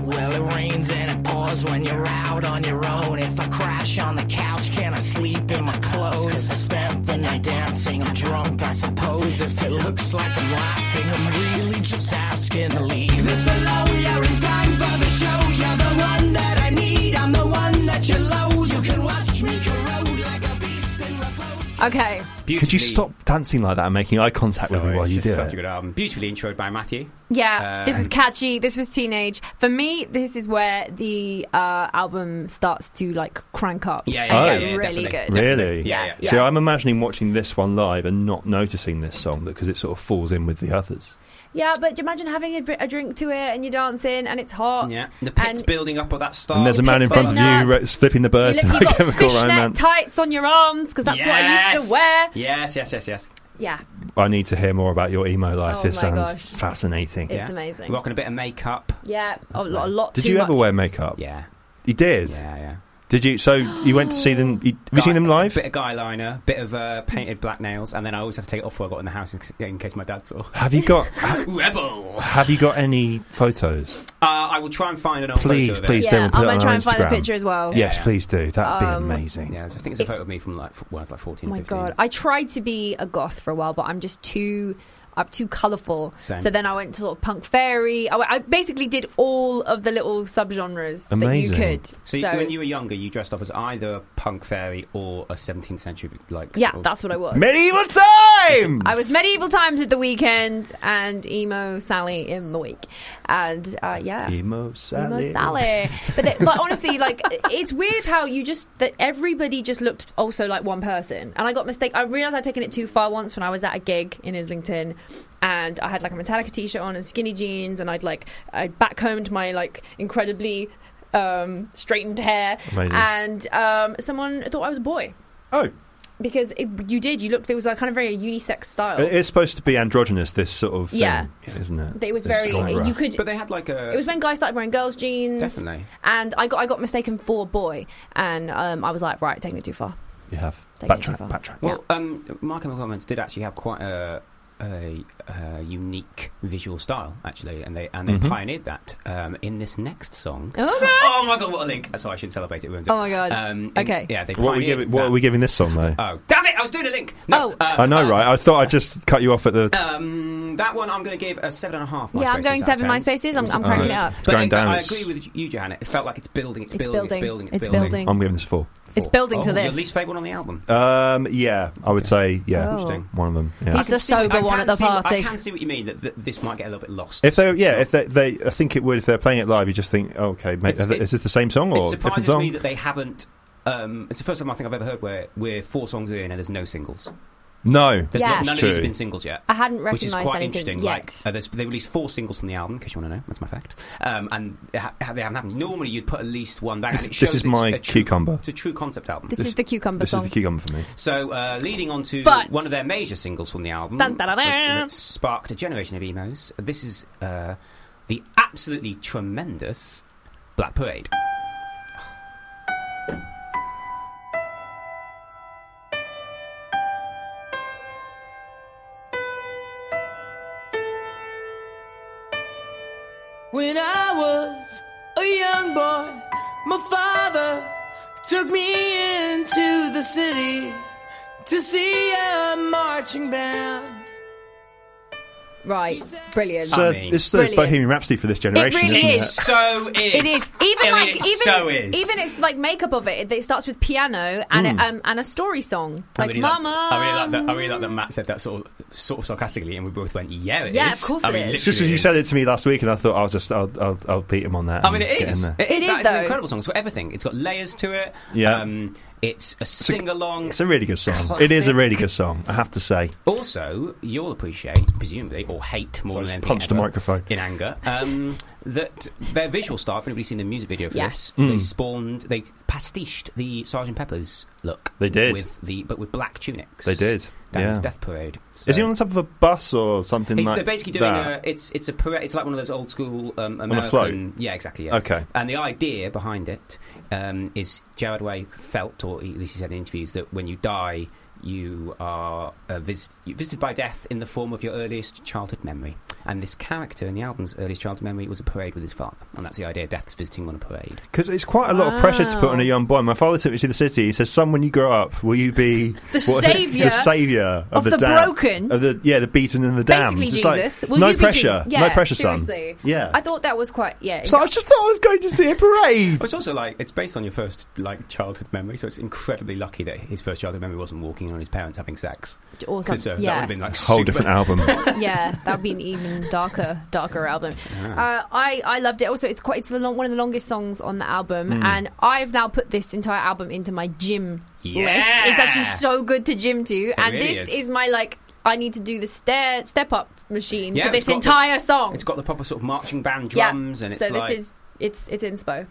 S6: Well, it rains and it pours when you're out on your own. If I crash on the couch, can I sleep in my clothes? 'Cause I spent the night dancing, I'm drunk, I suppose. If it looks like I'm laughing, I'm really just asking to leave. This alone, you're in time for the show. You're the one that I need, I'm the one that you loathe. You can watch me corrode like a beast in repose.
S3: Okay,
S2: Could you
S5: Beautifully-
S2: stop dancing like that and making eye contact
S5: Sorry,
S2: with me while
S5: it's
S2: you
S5: just
S2: do
S5: such
S2: it?
S5: a good album. Beautifully introed by Matthew.
S3: yeah,
S5: Uh,
S3: this was
S5: and-
S3: catchy. This was teenage. For me, this is where the uh, album starts to like crank up.
S5: Yeah,
S3: and
S5: yeah,
S3: get
S5: yeah, yeah,
S3: really
S5: definitely.
S3: good.
S2: Really?
S5: Yeah,
S3: Yeah.
S5: yeah.
S2: So I'm imagining watching this one live and not noticing this song because it sort of falls in with the others.
S3: Yeah, but imagine having a, br- a drink to it and you're dancing and it's hot.
S5: Yeah. The pit's
S3: And-
S5: building up or that star.
S2: And there's a
S5: The
S2: man in
S5: pit's
S2: front of
S5: building
S3: up.
S2: you ro- flipping the
S3: You
S2: bird
S3: look,
S5: *laughs*
S2: to
S3: you
S2: my
S3: got
S2: chemical
S3: fishnet
S2: romance.
S3: tights on your arms because
S5: up.
S3: that's what I used
S5: Yes!
S3: to wear.
S5: Yes, yes, yes, yes.
S3: Yeah,
S2: I need to hear more about your emo life.
S3: Oh
S2: this
S3: my
S2: sounds
S3: gosh.
S2: fascinating.
S3: it's
S5: Yeah.
S3: amazing.
S5: Rocking a bit of makeup.
S3: Yeah, a, lot. a lot
S2: Did
S3: too
S2: you ever
S3: much.
S2: wear makeup?
S5: Yeah,
S2: You did.
S5: yeah, yeah.
S2: Did you? So you went to see them. You, have you seen them live?
S5: Bit of guy liner, bit of uh, painted black nails, and then I always have to take it off before I got in the house in, in case my dad
S2: *laughs*
S5: saw.
S2: Have you got?
S5: Rebel!
S2: have you got any photos?
S5: Uh, I will try and find an old
S2: Please,
S5: photo of it.
S2: please,
S3: Yeah,
S2: Dylan, put
S3: I'm
S2: it
S3: gonna
S2: on
S3: try
S2: our
S3: and find the
S2: Instagram.
S3: picture as well.
S5: Yeah.
S2: Yes, please do. That'd
S3: Um,
S2: be amazing.
S5: Yeah, so I think it's a photo of me from like f- when I was like 14,
S3: Oh my
S5: 15.
S3: god! I tried to be a goth for a while, but I'm just too. I'm too colourful.
S5: Same.
S3: So then I went to sort of punk fairy. I, w- I basically did all of the little subgenres
S2: Amazing.
S3: that you could.
S5: So, you- when you were younger, you dressed up as either a punk fairy or a 17th century like.
S3: yeah,
S5: sort of-
S3: that's what I was.
S2: Medieval times.
S3: I was medieval times at the weekend and emo Sally in the week, and uh, yeah,
S2: Emo Sally.
S3: Emo Sally. but they- but
S2: *laughs*
S3: honestly, like it's weird how you just that everybody just looked also like one person. And I got mistake. I realized I'd taken it too far once when I was at a gig in Islington, and I had like a Metallica t-shirt on and skinny jeans, and I'd like I'd backcombed my like incredibly um, straightened hair,
S2: Amazing.
S3: and um, someone thought I was a boy.
S2: Oh,
S3: Because it, you did, you looked. There was a kind of very unisex style.
S2: it is supposed to be androgynous. This sort of thing,
S3: Yeah.
S2: isn't it?
S3: it was
S2: This
S3: very.
S2: genre.
S3: You could.
S5: But they had like a.
S3: It was when guys started wearing girls' jeans.
S5: Definitely.
S3: And I got I got mistaken for a boy, and um, I was like, right, taking it too *laughs* far.
S2: You have
S3: Take it too
S2: backtrack.
S3: far.
S2: Backtrack.
S5: Well, um, Michael McCormick did actually have quite a, a, a unique visual style, actually, and they and they
S2: Mhm.
S5: pioneered that um, in this next song.
S3: Oh god.
S5: Oh my god, what a link! Sorry, I shouldn't celebrate it. it ruins it.
S3: Oh my God.
S5: Um, in-
S3: Okay.
S5: Yeah, they
S2: What are we
S5: pioneered
S2: giving? What
S5: that.
S2: are we giving this song though?
S5: Oh, damn it! I was was doing a link. No,
S3: Oh.
S5: uh,
S2: I know, right? I thought I'd just cut you off at
S3: *laughs*
S2: the.
S5: um, that one I'm going to give a seven and a half.
S3: Yeah, I'm
S5: MySpaces
S3: going
S5: out of
S3: seven
S5: 10.
S3: MySpaces. I'm, I'm
S2: Oh,
S3: cranking
S2: it's
S3: it up.
S5: But
S2: Going
S5: I,
S2: down.
S5: I agree with you, Janet. It felt like it's building. It's,
S3: It's
S5: building,
S3: building,
S5: It's building.
S3: it's building.
S2: I'm giving this a four.
S3: It's building to
S5: Oh, Your
S3: this.
S5: least favorite one on the album.
S2: Um, yeah, I would say yeah,
S3: Oh.
S5: Interesting.
S2: one of them. Yeah.
S3: He's the sober
S5: I
S3: one
S5: can
S3: at the
S5: see what-
S3: party.
S5: I can see what you mean. That, that this might get a little bit lost.
S2: If they, yeah,
S5: It's
S2: if they, they, I think it would. If they're playing it live, you just think, oh, okay, mate,
S5: It's-
S2: is
S5: it-
S2: this the same song
S5: not- it
S2: or different
S5: surprises
S2: song?
S5: me that they haven't. Um, it's the first time I think I've ever heard where we're four songs in and there's no singles.
S2: no,
S5: There's
S3: Yeah.
S5: not, none of these
S2: True.
S5: have been singles yet.
S3: I hadn't
S5: Which is
S3: recognised
S5: quite
S3: anything
S5: interesting.
S3: yet.
S5: Like, uh, there's- they released four singles from the album, in case you want to know. That's my fact. Um, and it ha- they haven't happened. Normally, you'd put at least one back.
S2: this,
S5: and it
S2: this
S5: shows
S2: is my
S5: it's a true,
S2: cucumber.
S5: It's a true concept album.
S3: this,
S2: this-
S3: is the cucumber
S2: This is
S3: song.
S2: the cucumber for me.
S5: So, uh, leading on to
S3: But-
S5: one of their major singles from the album,
S3: Dun, dun, dun,
S5: which-
S3: dun.
S5: that sparked a generation of emos. This is uh, the absolutely tremendous Black Parade.
S6: When I was a young boy, my father took me into the city to see a marching band.
S3: right, brilliant.
S2: So
S5: mean,
S2: it's the
S3: brilliant.
S2: Bohemian Rhapsody for this generation.
S3: really
S2: isn't
S5: It
S3: is.
S2: It?
S5: so is.
S3: it is even
S5: I mean,
S3: like
S5: it
S3: even
S5: so is.
S3: even it's like makeup of it. It, it starts with piano and it, um, and a story song like
S5: I really
S3: Mama.
S5: Like, I really like that. I really like that Matt said that sort of, sort of sarcastically, and we both went, "Yeah, it is."
S3: Yeah, of course
S5: I
S3: it
S5: mean,
S3: is.
S5: literally
S2: It's just as you
S5: is.
S2: said it to me last week, and I thought I'll just I'll I'll, I'll beat him on that.
S5: I
S2: and
S5: mean, it
S2: get in
S5: is.
S2: there.
S5: It is.
S3: It
S5: that
S3: is,
S5: is an
S3: though.
S5: incredible song. It's got everything. It's got layers to it.
S2: Yeah.
S5: Um, it's a sing along.
S2: It's a really good
S3: *laughs*
S2: song. It is a really good song. I have to say.
S5: Also, you'll appreciate, presumably, or hate more than
S2: Sorry, just
S5: anything
S2: punched the
S5: ever,
S2: microphone.
S5: in anger. Um, that their visual style. If anybody's seen the music video for
S3: Yes.
S2: Hmm.
S5: this, they spawned, they pastiched the Sergeant Pepper's look.
S2: They did.
S5: with the but with black tunics.
S2: They did.
S5: Down
S2: yeah.
S5: his death parade. So-
S2: Is he on the top of a bus or something
S5: He's-
S2: like
S5: they're basically doing
S2: that?
S5: a. It's it's a parade. It's like one of those old school um, American.
S2: a float?
S5: Yeah, exactly. Yeah.
S2: Okay.
S5: And the idea behind it um, is Jared Way felt, or at least he said in interviews, that when you die, you are uh, vis- you're visited by death in the form of your earliest childhood memory. And this character in the album's earliest childhood memory was a parade with his father, and that's the idea: death's visiting you on a parade.
S2: Because it's quite a lot of pressure to put on a
S3: Wow.
S2: young boy. My father took me to the city. He says, "Son, when you grow up, will you be
S3: The
S2: what- *laughs*
S3: saviour
S2: the savior of,
S3: of the
S2: damned-
S3: broken?
S2: of the yeah, the beaten and the damned."
S3: Basically,
S2: It's like,
S3: Jesus. Will
S2: no
S3: you be
S2: pressure,
S3: Jesus?
S2: no
S3: Yeah,
S2: pressure,
S3: seriously.
S2: son. Yeah,
S3: I thought that was quite yeah.
S4: So I just thought I was going to see a
S3: *laughs*
S4: parade.
S5: It's also like it's based on your first like childhood memory, so it's incredibly lucky that his first childhood memory wasn't walking on his parents having sex.
S3: or
S5: 'Cause,
S3: something.
S5: uh, that would
S3: yeah,
S5: have been like
S2: whole
S5: super- *laughs*
S2: different album.
S3: yeah, that would be an even darker, darker album. Uh, I I loved it. Also, it's quite it's the long, one of the longest songs on the album,
S5: Hmm.
S3: and I've now put this entire album into my gym list.
S5: Ah, Yeah.
S3: It's actually so good to gym to, and
S5: really
S3: this
S5: is.
S3: is. my like I need to do the stair step up machine
S5: Yeah,
S3: to
S5: it's
S3: this
S5: got the-
S3: entire song.
S5: It's got the proper sort of marching band
S3: Yeah.
S5: drums, and it's
S3: so
S5: like
S3: this is it's it's inspo,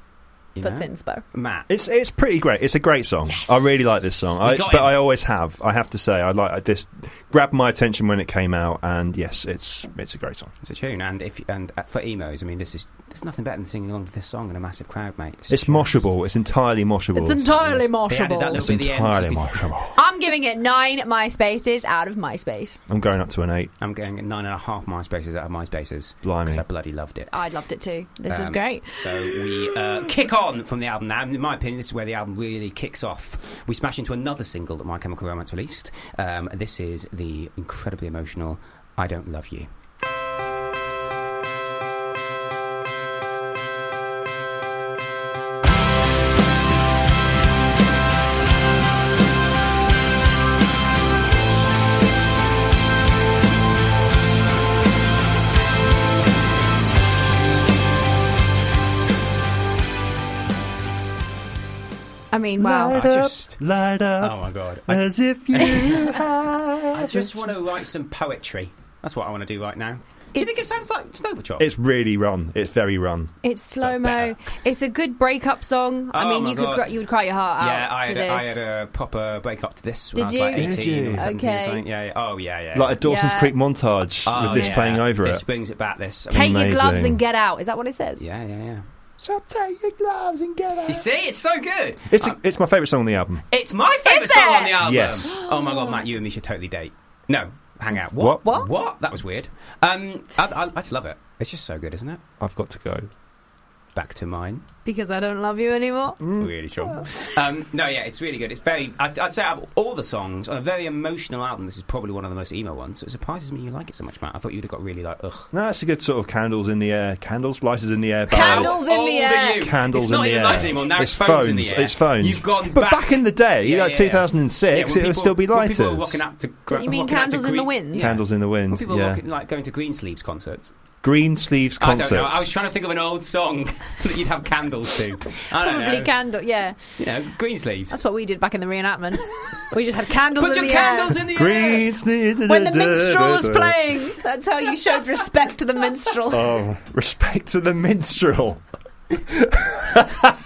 S5: you
S3: but
S5: know?
S3: it's inspo.
S5: Matt.
S2: It's it's pretty great. It's a great song. I really like this song.
S5: We
S2: I,
S5: got
S2: but
S5: him.
S2: I always have. I have to say, I like. I just grabbed my attention when it came out, and yes, it's it's a great song.
S5: It's a tune, and if and uh, for emos, I mean, this is there's nothing better than singing along to this song in a massive crowd, mate.
S2: It's
S5: just-
S2: moshable. It's entirely moshable.
S3: It's entirely
S5: They added that
S3: moshable.
S5: little
S2: It's
S5: bit at the end. so
S2: entirely
S5: we-
S2: moshable.
S3: I'm giving it nine MySpaces out of MySpace.
S2: I'm going up to an eight.
S5: I'm getting nine and a half MySpaces out of MySpaces
S2: Blimey.
S5: because I bloody loved it.
S3: I loved it too. Ah, This was
S5: Um,
S3: great.
S5: So we uh, kick on from the album now. In my opinion, this is where the album really kicks off. We smash into another single that My Chemical Romance released. Um, this is the incredibly emotional "I Don't Love You."
S3: I mean, wow.
S5: I just,
S2: Light up.
S5: oh my god, *laughs* I
S2: As if you have.
S5: I just want to write some poetry. That's what I want to do right now. Do you think it sounds like Snowball
S2: It's really run. It's very run.
S3: It's slow mo.
S5: better.
S3: It's a good breakup song. I
S5: Oh
S3: mean,
S5: my
S3: you could
S5: God.
S3: cry, you would cry your heart out.
S5: Yeah, I
S3: to
S5: had,
S3: this.
S5: a, I had a proper breakup to this when I
S3: Did
S5: was
S3: you?
S5: like 18
S2: Did
S5: or
S2: you?
S5: 17
S3: Okay.
S5: or something. Yeah, yeah. Oh, yeah, yeah.
S2: Like a Dawson's
S3: Yeah.
S2: Creek montage
S5: Oh,
S2: with this
S5: yeah.
S2: playing over
S5: this
S2: it.
S5: brings it back, this. I
S3: Take your
S2: Amazing.
S3: gloves and get out. Is that what it says?
S5: mean, yeah, yeah, yeah.
S2: So take your gloves and get
S5: You
S2: out.
S5: see, it's so good.
S2: It's, a,
S5: Um,
S2: it's my favourite song on the album.
S5: it's my favourite song on
S3: it?
S5: the album.
S2: Yes.
S5: Oh, my God, Matt, you and me should totally date. No, hang out. What?
S3: What?
S5: What? That was weird. Um, I, I, I just love it. It's just so good, isn't it?
S2: I've got to go.
S1: back to mine.
S3: Because I don't love you anymore.
S1: Really strong.
S3: Oh.
S5: Um, no, yeah, it's really good. It's very. I'd, I'd say out of all the songs on a very emotional album, this is probably one of the most emo ones. So it surprises me you like it so much, Matt. I thought you'd have got really like ugh.
S2: No, it's a good sort of candles in the air, candles, lighters in the air.
S3: Candles
S2: ballad.
S3: in the
S5: Old
S3: air.
S5: are you?
S2: Candles
S5: it's not
S2: in the
S5: even
S2: air.
S5: lights anymore. Now it's,
S2: It's
S5: phones, in the
S2: phones,
S5: air.
S2: it's phones.
S5: You've gone
S2: But
S5: back.
S2: back, in the day,
S5: Yeah,
S2: like
S5: yeah, yeah.
S2: 2006,
S5: Yeah,
S2: it
S5: when people-
S2: was still be
S5: when
S2: lighters.
S5: People were rocking up to. gr-
S3: You mean
S5: rocking up
S3: candles
S5: to
S3: in the
S5: Green-
S3: wind?
S5: Yeah.
S2: Candles in the
S5: When
S2: wind.
S5: people were
S2: yeah.
S5: rocking, like going to Green Sleeves concerts.
S2: Green sleeves concerts.
S5: I don't know. I was trying to think of an old song *laughs* that you'd have candles to. I don't
S3: Probably
S5: know.
S3: candle. Yeah,
S5: you know, green sleeves.
S3: that's what we did back in
S5: *laughs*
S3: the reenactment. we just had candles
S5: Put
S3: in
S5: your
S3: the
S5: candles
S3: air.
S5: in the air.
S2: Green sleeves.
S3: When the
S2: *laughs*
S3: minstrel was playing, that's how you showed respect to the minstrel.
S2: Oh, respect to the minstrel.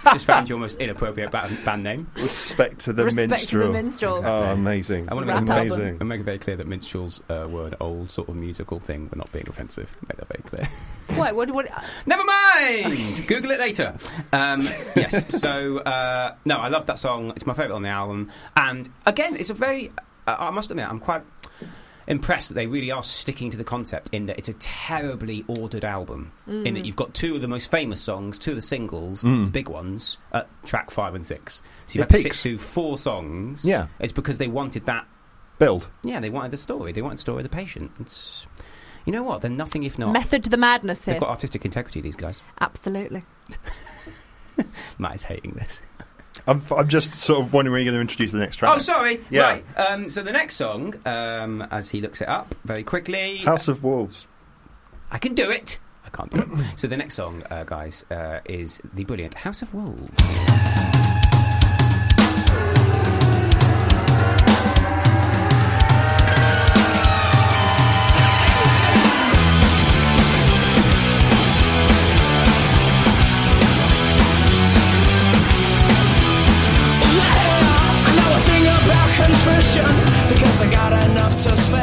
S5: Just found your most inappropriate ba- band name.
S2: Respect to the
S3: respect
S2: minstrel.
S3: to the minstrel.
S5: Exactly.
S2: Oh, amazing.
S5: I wanna
S3: Rap album.
S2: amazing.
S5: And make it very clear that minstrels uh, were an old sort of musical thing. We're not being offensive. Make that very clear.
S3: Wait, what? What? uh,
S5: Never mind. *laughs* Google it later. Um, yes. So uh, no, I love that song. It's my favorite on the album. And again, it's a very. Uh, I must admit, I'm quite impressed that they really are sticking to the concept. In that it's a terribly ordered album.
S3: mm.
S5: In that you've got two of the most famous songs, two of the singles,
S2: Mm.
S5: the big ones, at track five and six. So
S2: It
S5: you have to sit
S2: peaks.
S5: through four songs.
S2: Yeah.
S5: It's because they wanted that.
S2: Build.
S5: Yeah, they wanted the story. They wanted the story of the patient. It's, you know what? They're nothing if not.
S3: Method to the madness
S5: They've
S3: here.
S5: got artistic integrity. These guys.
S3: Absolutely.
S5: Matt is hating this.
S2: I'm, I'm just sort of wondering when you're going to introduce the next track.
S5: Oh, sorry.
S2: Yeah.
S5: Right. Um, so the next song, um, as he looks it up very quickly,
S2: House of Wolves.
S5: I can do it. I can't do it. so the next song, uh, guys, uh, is the brilliant House of Wolves.
S6: I know a thing about contrition because I got enough to spare,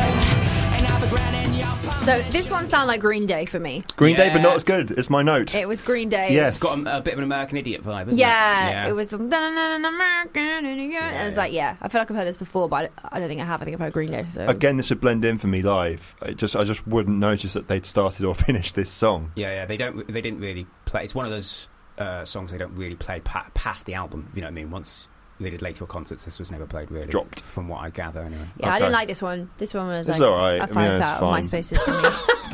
S6: and I've been granting your
S3: So this one sounded like Green Day for me.
S2: Green Day, but
S5: Yeah.
S2: not as good. It's my note.
S3: It was Green Day.
S2: Yes.
S5: It's got a, a bit of an American Idiot vibe, isn't
S3: Yeah,
S5: it?
S3: it was dun, dun, dun, dun, American, and you go- and it's
S5: Yeah.
S3: like yeah. I feel like I've heard this before, but I don't- I don't think I have. I think I've heard Green Day. So
S2: Again, this would blend in for me live. I just, I just wouldn't notice that they'd started or *laughs* finished this song.
S5: Yeah, yeah. They don't. They didn't really play. It's one of those uh, songs they don't really play pa- past the album. if You know what I mean? Once they did later concerts, this was never played really.
S2: Dropped.
S5: from what I gather, anyway.
S3: yeah, I
S2: okay.
S3: didn't like this one. This one was
S2: It's
S3: like
S2: alright.
S3: a
S2: I
S3: five
S2: mean, it's
S3: out
S2: fine.
S3: of MySpace is for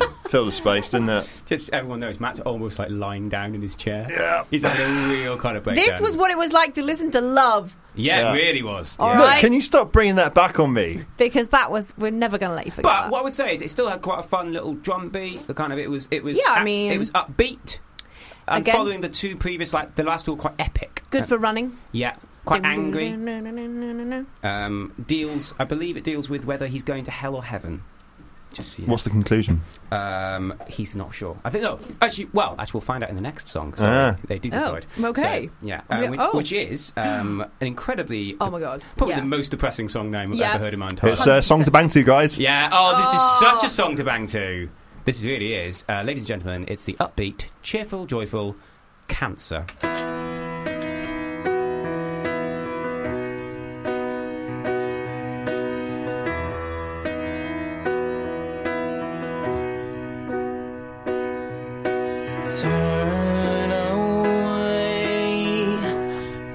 S5: *laughs*
S3: me.
S2: Fill the space, didn't it?
S5: Just everyone knows Matt's almost like lying down in his chair. Yeah, he's having a real kind of breakdown.
S3: This was what it was like to listen to Love
S5: Yeah, it
S2: Yeah.
S5: really was.
S3: All
S5: Yeah.
S3: right.
S2: Look, can you stop bringing that back on me?
S3: because that was we're never gonna let you forget.
S5: But
S3: that.
S5: what I would say is, it still had quite a fun little drum beat. The kind of it was, it was,
S3: Yeah, I
S5: up-
S3: mean-
S5: it was upbeat. And
S3: Again-
S5: following the two previous, like the last two, were quite epic.
S3: Good
S5: Uh,
S3: for running.
S5: yeah, quite
S3: Dun, dun,
S5: angry.
S3: dun, dun, dun, dun, dun, dun.
S5: Um, deals, I believe it deals with whether he's going to hell or heaven. Just so you know.
S2: What's the conclusion?
S5: Um, he's not sure. I think. Oh, actually, well, actually, we'll find out in the next song. So
S2: Ah.
S5: they do
S3: Oh,
S5: decide.
S3: okay.
S5: So, yeah, uh,
S3: Yeah,
S5: which,
S3: oh.
S5: which is um, an incredibly
S3: *gasps* Oh my god.
S5: probably
S3: yeah.
S5: the most depressing song name I've
S3: Yeah.
S5: ever heard in my entire life.
S2: It's uh, song to bang to, guys.
S5: Yeah. Oh, this
S3: Oh.
S5: is such a song to bang to. This really is, uh, ladies and gentlemen. It's the upbeat, cheerful, joyful cancer.
S6: Turn away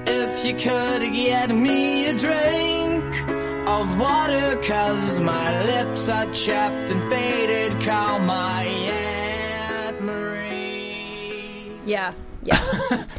S6: if you could get me a drink of water, cause my lips are chapped and faded. Call my Aunt Marie.
S3: Yeah. Yeah.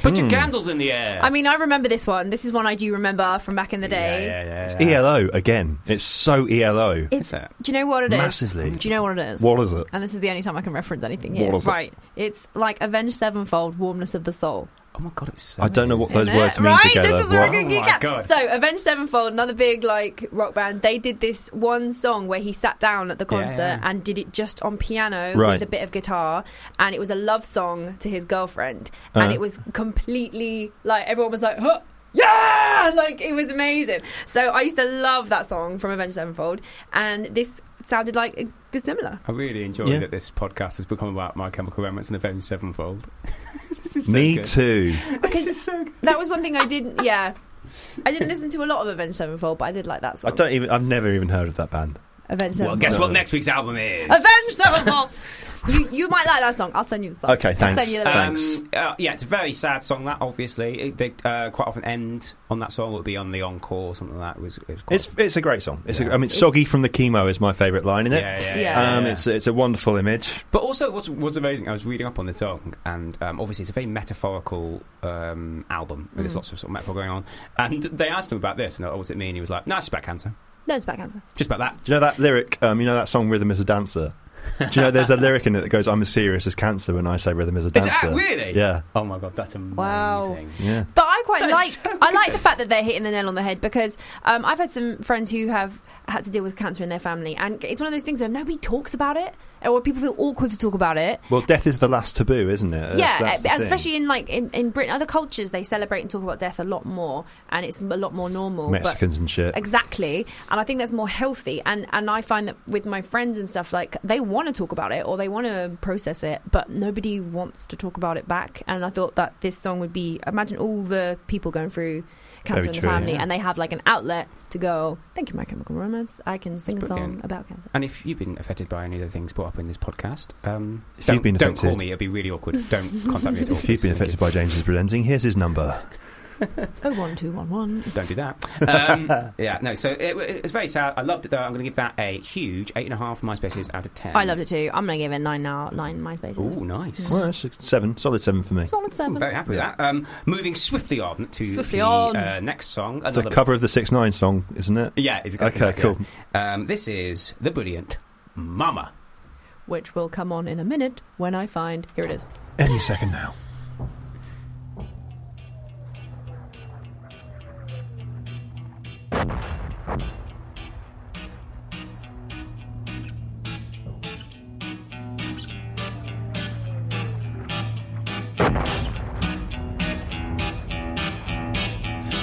S5: Put
S2: Hmm.
S5: your candles in the air.
S3: I mean, I remember this one. This is one I do remember from back in the day.
S5: yeah, yeah, yeah.
S2: ELO E again. It's so ELO.
S3: It's,
S5: Is it?
S3: do you know what it is?
S2: Massively.
S3: Do you know what it is?
S2: What is it?
S3: And this is the only time I can reference anything here.
S2: What is it?
S3: right. It's like Avenged Sevenfold, Warmness of the Soul.
S5: Oh my god, it's. So
S2: I don't know what those
S3: Isn't
S2: words
S3: it?
S2: mean
S3: right?
S2: together.
S3: This is where
S2: What-
S3: I can
S5: Oh
S3: geek
S5: my
S3: out.
S5: God.
S3: So, Avenged Sevenfold, another big like rock band, they did this one song where he sat down at the
S5: Yeah,
S3: concert
S5: yeah.
S3: and did it just on piano
S2: Right.
S3: with a bit of guitar, and it was a love song to his girlfriend, and
S2: Uh-huh.
S3: it was completely like everyone was like, huh. Yeah, *laughs* like it was amazing. So I used to love that song from Avenged Sevenfold, and this sounded like it's similar.
S5: I really enjoy
S2: Yeah.
S5: that this podcast has become about My Chemical Romance and Avenged Sevenfold. this is so
S2: Me
S5: good.
S2: *laughs* too.
S5: This is so good.
S3: That was one thing I didn't. Yeah, I didn't listen to a lot of Avenged Sevenfold, but I did like
S2: I
S3: that song.
S2: don't even. I've never even heard of that band.
S3: Avenged
S5: Well,
S3: Sevenfold.
S5: guess what next week's album is?
S3: Avenged Sevenfold. you you might like that song. I'll send you the song.
S2: Okay,
S3: I'll
S2: thanks.
S3: send you the link.
S5: Um,
S2: Thanks.
S5: uh, yeah, it's a very sad song. That obviously, It- they uh, quite often end on that song. It would be on the encore or something like that. It was, it was quite
S2: It's it's a great song. It's a,
S5: Yeah.
S2: I mean, "Soggy" from the Chemo is my favourite line in it.
S5: yeah, yeah, yeah.
S3: Yeah.
S2: Um,
S5: yeah.
S2: It's it's a wonderful image.
S5: But also, what's, what's amazing, I was reading up on the song, and um, obviously, it's a very metaphorical um, album. and There's
S3: Mm.
S5: lots of sort of metaphor going on. And they asked him about this, and oh, what's it mean? He was like, no, it's just about cancer.
S3: No, it's back answer.
S5: Just about that.
S2: Do you know that lyric? Um, you know that song "Rhythm Is a Dancer." Do you know there's a lyric in it that goes, "I'm as serious as cancer when I say rhythm is a
S5: Is
S2: dancer."
S5: it ah, really?
S2: Yeah,
S5: Oh my god, that's amazing.
S3: Wow.
S2: yeah.
S3: But I quite
S5: That's
S3: like
S5: so
S3: I like the fact that they're hitting the nail on the head because um, I've had some friends who have had to deal with cancer in their family, and it's one of those things where nobody talks about it, or people feel awkward to talk about it.
S2: Well, death is the last taboo, isn't it? That's-
S3: yeah,
S2: that's the thing.
S3: especially in like in, in Britain, other cultures they celebrate and talk about death a lot more, and it's a lot more normal. but-
S2: Mexicans and shit.
S3: Exactly, and I think that's more healthy. And and I find that with my friends and stuff, like they want to talk about it or they want to process it, but nobody wants to talk about it back. And I thought that this song would be imagine all the people going through cancer
S2: Very
S3: in the
S2: true,
S3: family,
S5: yeah.
S3: and they have like an outlet to go. Thank you, My Chemical Romance. I can sing a song
S5: brilliant.
S3: about cancer.
S5: And if you've been affected by any of the things brought up in this podcast, um,
S2: If
S5: don't,
S2: you've been
S5: don't call
S2: affected-
S5: me. It'd be really awkward. Don't contact
S2: *laughs*
S5: me at all.
S2: If you've
S5: Thank you.
S2: been affected by James's presenting, here's his number.
S3: Oh one two one one.
S5: Don't do that. Um, *laughs* yeah, no. So it, it was very sad. I loved it though. I'm going to give that a huge eight and a half MySpaces out of ten.
S3: I loved it too. I'm gonna give it nine now. Nine MySpace.
S5: Ooh, nice.
S2: Well, that's a seven, solid seven for me.
S3: Solid
S5: I'm
S3: seven.
S5: very happy with that. Um, moving swiftly on to
S3: Swiftly
S5: the
S3: on.
S5: Uh, next song.
S2: It's a cover of the Six Nine song, isn't it?
S5: Yeah, it's exactly that,
S2: Okay, cool.
S5: yeah. Um, this is the brilliant Mama.
S3: Which will come on in a minute when I find. Here it is.
S2: Any second now.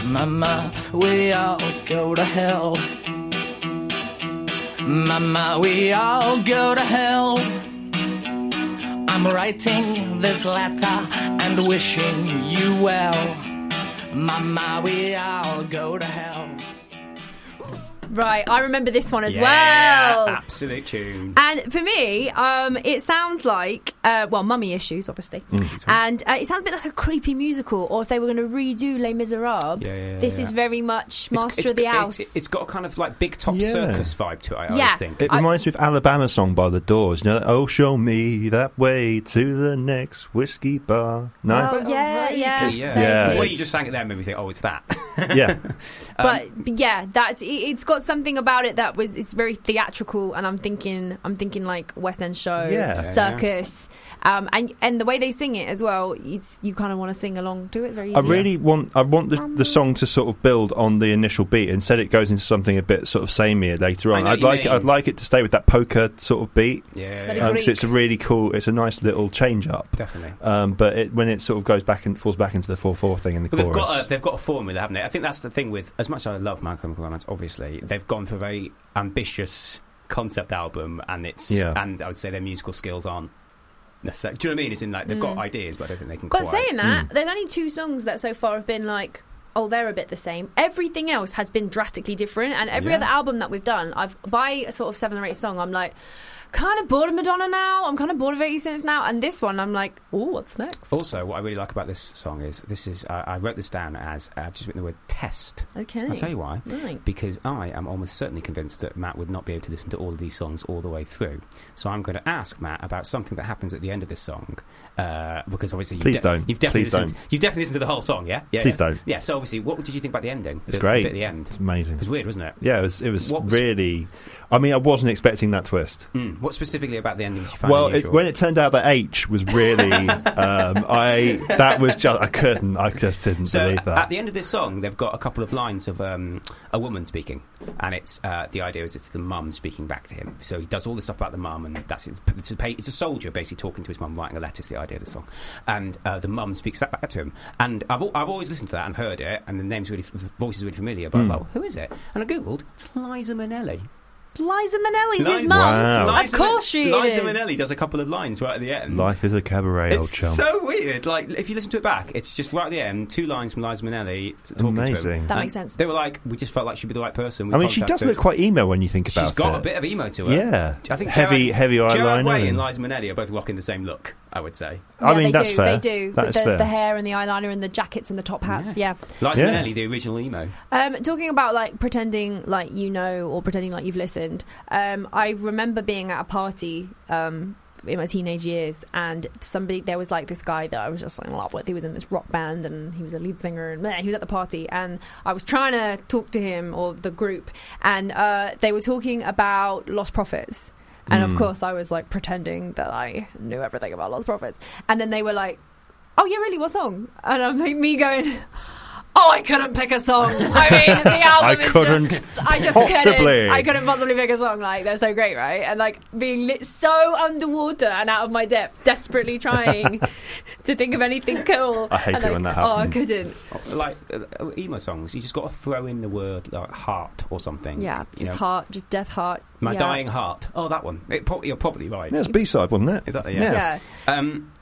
S6: Mama, we all go to hell. Mama, we all go to hell. I'm writing this letter and wishing you well. Mama, we all go to hell.
S3: Right, I remember this one as
S5: Yeah,
S3: well.
S5: Absolute tune.
S3: And for me, um, it sounds like uh, well, mummy issues, obviously,
S5: Mm,
S3: and uh, it sounds a bit like a creepy musical. Or if they were going to redo Les Miserables,
S5: Yeah, yeah, yeah,
S3: this
S5: yeah.
S3: is very much
S5: It's-
S3: Master
S5: it's-
S3: of the
S5: it's-
S3: House.
S5: it's got a kind of like big top
S2: Yeah.
S5: circus vibe to it, I
S3: Yeah.
S5: always think.
S2: It
S3: I-
S2: reminds me of Alabama song by The Doors. You know, that, oh, show me that way to the next whiskey bar. No,
S3: oh, yeah, yeah,
S5: yeah.
S2: Yeah.
S5: Well, you just sang it there and made me think, oh, it's that.
S2: yeah,
S3: but but yeah, that's it, it's got something about it that was it's very theatrical, and I'm thinking I'm thinking like West End show,
S5: Yeah,
S2: Yeah.
S3: circus, Um, and and the way they sing it as well, it's, you kind of want to sing along to it. It's very easy.
S2: I really want I want the,
S3: Um,
S2: the song to sort of build on the initial beat. Instead, it goes into something a bit sort of samey later
S5: I
S2: on.
S5: know
S2: I'd
S5: what you
S2: like it,
S5: mean.
S2: I'd like it to stay with that poker sort of beat
S5: yeah,
S3: But
S5: yeah,
S2: because it's a really cool. It's a nice little change up.
S5: definitely.
S2: Um, but it, when it sort of goes back and falls back into the four four thing in the
S5: Well, they've
S2: chorus,
S5: got a, they've got a formula, haven't they? I think that's the thing with as much as I love My Chemical Romance. Obviously, they've gone for a very ambitious concept album, and it's
S2: Yeah.
S5: and I would say their musical skills aren't necessarily. Do you know what I mean? It's in like they've got
S3: Mm.
S5: ideas, but I don't think they can.
S3: But
S5: quite.
S3: saying that, there's only two songs that so far have been like, oh, they're a bit the same. Everything else has been drastically different, and every
S5: Yeah.
S3: other album that we've done, I've by a sort of seven or eight song, I'm like. Kind of bored of Madonna now. I'm kind of bored of 80 Cent now. And this one, I'm like, oh, what's next?
S5: Also, what I really like about this song is this is I I wrote this down as I've just written the word test.
S3: Okay.
S5: I'll tell you why.
S3: Right.
S5: Because I am almost certainly convinced that Matt would not be able to listen to all of these songs all the way through. So I'm going to ask Matt about something that happens at the end of this song. Uh, because obviously, you've
S2: Please don't.
S5: You've definitely
S2: Please
S5: listened, You've definitely listened to the whole song, yeah. yeah
S2: Please
S5: yeah.
S2: don't.
S5: Yeah. So obviously, what did you think about the ending?
S2: It's
S5: the,
S2: great.
S5: The bit at the end.
S2: It's
S5: It
S2: amazing.
S5: was weird, wasn't it?
S2: Yeah, it was, it was
S5: What was-
S2: really. I mean, I wasn't expecting that twist.
S5: Mm. What specifically about the ending did you find
S2: well, it,
S5: unusual?
S2: when it turned out that H
S5: *laughs*
S2: was really, um, I that was just I couldn't, I just didn't
S5: So
S2: believe
S5: a-
S2: that.
S5: at the end of this song, they've got a couple of lines of um, a woman speaking, and it's uh, the idea is it's the mum speaking back to him. So he does all this stuff about the mum, and that's it. It's a, pa- it's a soldier basically talking to his mum, writing a letter. Is the idea of the song, and uh, the mum speaks that back to him. And I've al- I've always listened to that and
S2: Hmm.
S5: heard it, and the name's really f- the voice is really familiar. But I was like, well, who is it? And I googled, it's Liza Minnelli.
S3: It's Liza Minnelli's his
S5: Liza-
S3: mum.
S2: Wow.
S3: Of course she
S5: Liza
S3: is.
S5: Minnelli does a couple of lines right at the end.
S2: Life is a cabaret, old
S5: It's
S2: chum.
S5: so weird. Like if you listen to it back, it's just right at the end, two lines from Liza Minnelli talking to him.
S2: Amazing.
S3: That
S5: And
S3: makes sense.
S5: They were like, we just felt like she'd be the right person. We
S2: I mean, she does
S5: contacted
S2: look
S5: her.
S2: quite emo when you think about
S5: She's got
S2: it.
S5: a bit of emo to her.
S2: Yeah,
S5: I think
S2: heavy,
S5: Gerard-
S2: heavy
S5: Gerard
S2: eyeliner.
S5: Way and
S2: and-
S5: Liza Minnelli are both rocking the same look. I would say.
S2: I
S3: Yeah,
S2: mean,
S3: they
S2: that's
S3: do.
S2: fair.
S3: They do.
S2: That
S3: With
S2: is
S3: the,
S2: fair.
S3: the hair and the eyeliner and the jackets and the top hats. Yeah.
S5: Liza
S2: Yeah.
S5: Minnelli, the original emo.
S3: Um, talking about like pretending like you know or pretending like you've listened. Um, I remember being at a party. Um, in my teenage years, and somebody there was like this guy that I was just in love with. He was in this rock band, and he was a lead singer, and bleh, he was at the party, and I was trying to talk to him or the group, and uh, they were talking about Lost Prophets, and
S2: Mm.
S3: of course I was like pretending that I knew everything about Lost Prophets, and then they were like, "Oh yeah, really? What song?" And I'm like, me going. Oh, I couldn't pick a song. I
S2: *laughs*
S3: mean, the album is
S2: couldn't
S3: just. I just
S2: possibly.
S3: couldn't. I couldn't possibly pick a song. Like, they're so great, right? And, like, being lit so underwater and out of my depth, desperately
S2: *laughs*
S3: trying to think of anything cool.
S2: I hate
S3: And,
S2: it
S3: like,
S2: when that
S3: Oh, I
S2: happens.
S3: couldn't.
S5: Like uh, uh, emo songs, you just got to throw in the word like heart or something.
S3: Yeah,
S5: you
S3: just
S5: know.
S3: heart, just death heart.
S5: My
S3: yeah.
S5: dying heart. Oh, that one. It prob- you're probably right.
S2: Yeah, it's B side, wasn't it?
S5: Is that the
S2: Yeah.
S3: Yeah.
S5: Um,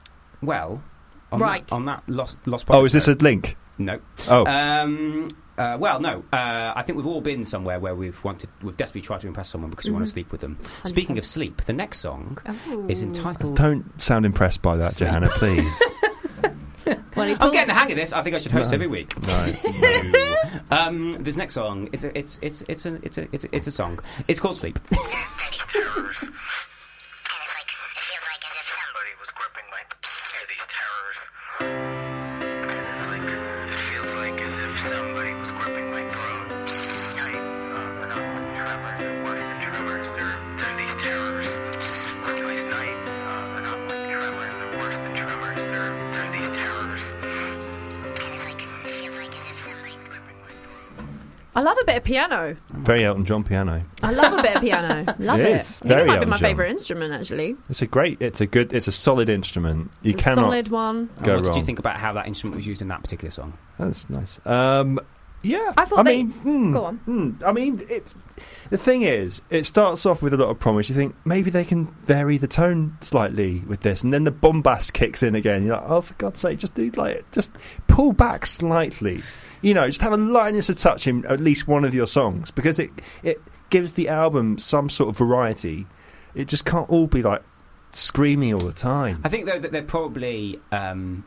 S5: well, on
S3: Right.
S5: That, on that lost lost.
S2: Oh, is this a
S5: Prophets
S2: link?
S5: note-
S2: Oh,
S5: no? Um, uh, well, no. Uh, I think we've all been somewhere where we've wanted, we've desperately tried to impress someone because we want to
S2: Mm-hmm.
S3: Mhm.
S5: sleep with them. Speaking of sleep, the next song
S3: Oh.
S5: is entitled.
S2: don't sound impressed by that,
S5: Sleep.
S2: Johanna,
S5: *laughs*
S2: please.
S3: Well, he
S5: I'm
S3: pulls-
S5: getting the hang of this. I think I should host
S2: No.
S5: every
S2: *laughs*
S5: week.
S2: no.
S5: Um, this next song, it's a, it's it's it's a it's a it's a, it's a song. It's called Sleep.
S7: Somebody was gripping my head, these terrors. And it's like, it feels like as if somebody was gripping my throat. I, uh, and I'm with tremors, and worse than tremors, they're, they're these terrors. Reckless night, uh, and I'm with tremors, and worse than tremors, they're, they're these terrors. it feels like as if somebody was gripping my throat.
S3: I love a bit of piano.
S2: Very Elton John piano.
S3: I love a bit of piano.
S2: *laughs*
S3: Love
S2: It
S3: it.
S2: is
S3: I think
S2: very
S3: it might be
S2: Elton
S3: my
S2: John.
S3: favourite instrument, actually.
S2: It's a great. It's a good. It's a solid instrument. You
S3: It's a
S2: cannot.
S3: solid one.
S5: And
S2: *laughs* Go
S5: what did you
S2: wrong.
S5: think about how that instrument was used in that particular song?
S2: That's nice. Um, yeah,
S3: I thought
S2: I
S3: they-
S2: mean, mm,
S3: Go on.
S2: mm, I mean, it's the thing is, it starts off with a lot of promise. You think maybe they can vary the tone slightly with this, and then the bombast kicks in again. You're like, oh, for God's sake, just do like, just pull back slightly. You know, just have a lightness of touch in at least one of your songs because it it gives the album some sort of variety. It just can't all be like screaming all the time.
S5: I think though that they're probably. Um,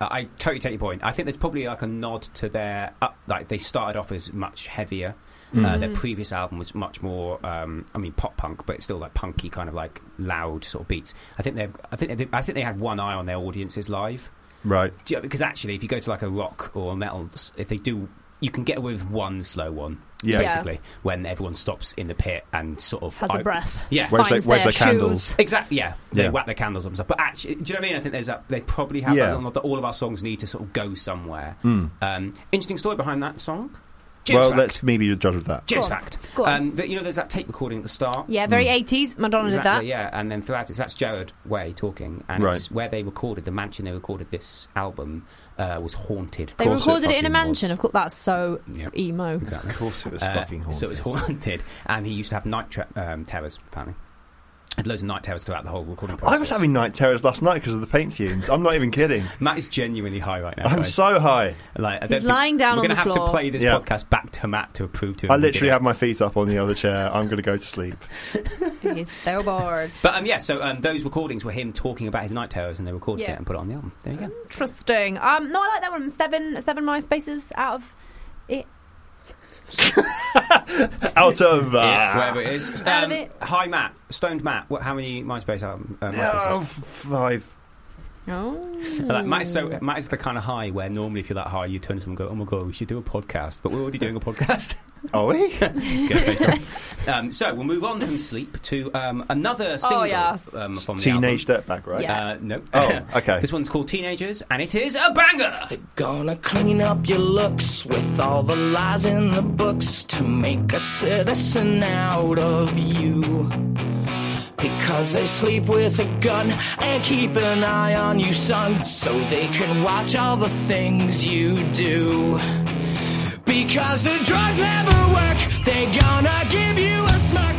S5: I I totally take your point. I think there's probably like a nod to their up, like they started off as much heavier. Uh,
S2: Mm.
S5: their previous album was much more, um, I mean, pop punk, but it's still like punky, kind of like loud sort of beats. I think they've, I think, they, I think they had one eye on their audiences live,
S2: right.
S5: Do you- because actually, if you go to like a rock or a metal, s- if they do, you can get away with one slow one,
S2: Yeah.
S3: Yeah.
S5: basically, when everyone stops in the pit and sort of
S3: Has a
S5: I-
S3: breath.
S5: Yeah,
S2: Where's
S3: Finds
S2: the, where's
S3: their
S2: the candles?
S3: shoes.
S5: Exactly. Yeah, they
S2: Yeah.
S5: whack their candles up and stuff. But actually, do you know what I mean? I think there's that. They probably have
S2: Yeah.
S5: that that. That all of our songs need to sort of go somewhere.
S2: Mm.
S5: Um, interesting story behind that song. Jim's
S2: Well,
S5: fact.
S2: let's maybe you judge of that.
S5: Jim's
S3: Go on.
S5: fact.
S3: Go on.
S5: Um, that, you know, there's that tape recording at the start.
S3: Yeah, very 80s. Madonna
S5: Mm. Exactly,
S3: did that.
S5: Yeah, and then throughout it's that's Jared Way talking, and
S2: Right.
S5: it's where they recorded the mansion they recorded this album uh, was haunted.
S3: They
S2: course it
S3: recorded it, in a
S2: fucking
S3: mansion.
S2: was.
S3: Of course, that's so
S5: Yeah, *laughs*
S3: emo.
S5: exactly.
S2: Of course, it was
S5: Uh,
S2: fucking haunted.
S5: So it was haunted, and he used to have night tra- um, terrors apparently. Had loads of night terrors throughout the whole recording process.
S2: I was having night terrors last night because of the paint fumes. I'm not even kidding.
S5: Matt is genuinely high right now.
S2: I'm
S5: guys.
S2: so high.
S5: Like, I don't
S3: He's
S5: think-
S3: lying down
S5: We're
S3: on
S5: gonna
S3: the
S5: have
S3: floor.
S5: to play this
S2: Yeah.
S5: podcast back to Matt to approve to him.
S2: I
S5: we did
S2: literally
S5: it.
S2: have my feet up on the other chair. I'm going to go
S5: *laughs*
S2: to sleep.
S3: He's so bored.
S5: But um, yeah, so um, those recordings were him talking about his night terrors, and they recorded
S3: Yeah.
S5: it and put it on the album. There you go.
S3: Interesting. Um, no, I like that one. Seven, seven MySpaces out of it.
S2: Out of. Uh,
S5: Yeah, whatever it is.
S3: Out
S5: Um,
S3: of it.
S5: Hi, Matt. Stoned Matt. What, how many MySpace album? Uh,
S2: yeah,
S5: MySpaces?
S2: f- five.
S3: *laughs* Oh,
S5: Like, Matt, is so, Matt is the kind of high where normally if you're that high, you turn to someone and go, oh my God, we should do a podcast. But we're already doing
S8: *laughs*
S5: a podcast. *laughs*
S2: Are we?
S5: Get a face on. um, so we'll move on from Sleep to um,
S8: Oh,
S5: another single
S3: yes.
S5: um, from the album.
S2: Teenage Dirtbag, right?
S3: Yeah.
S5: Uh, no. *laughs*
S2: Oh, okay.
S5: this one's called Teenagers, and it is a banger!
S6: They're gonna clean up your looks with all the lies in the books to make a citizen out of you. Because they sleep with a gun and keep an eye on you, son, so they can watch all the things you do. Because the drugs never work, they're gonna give you a smirk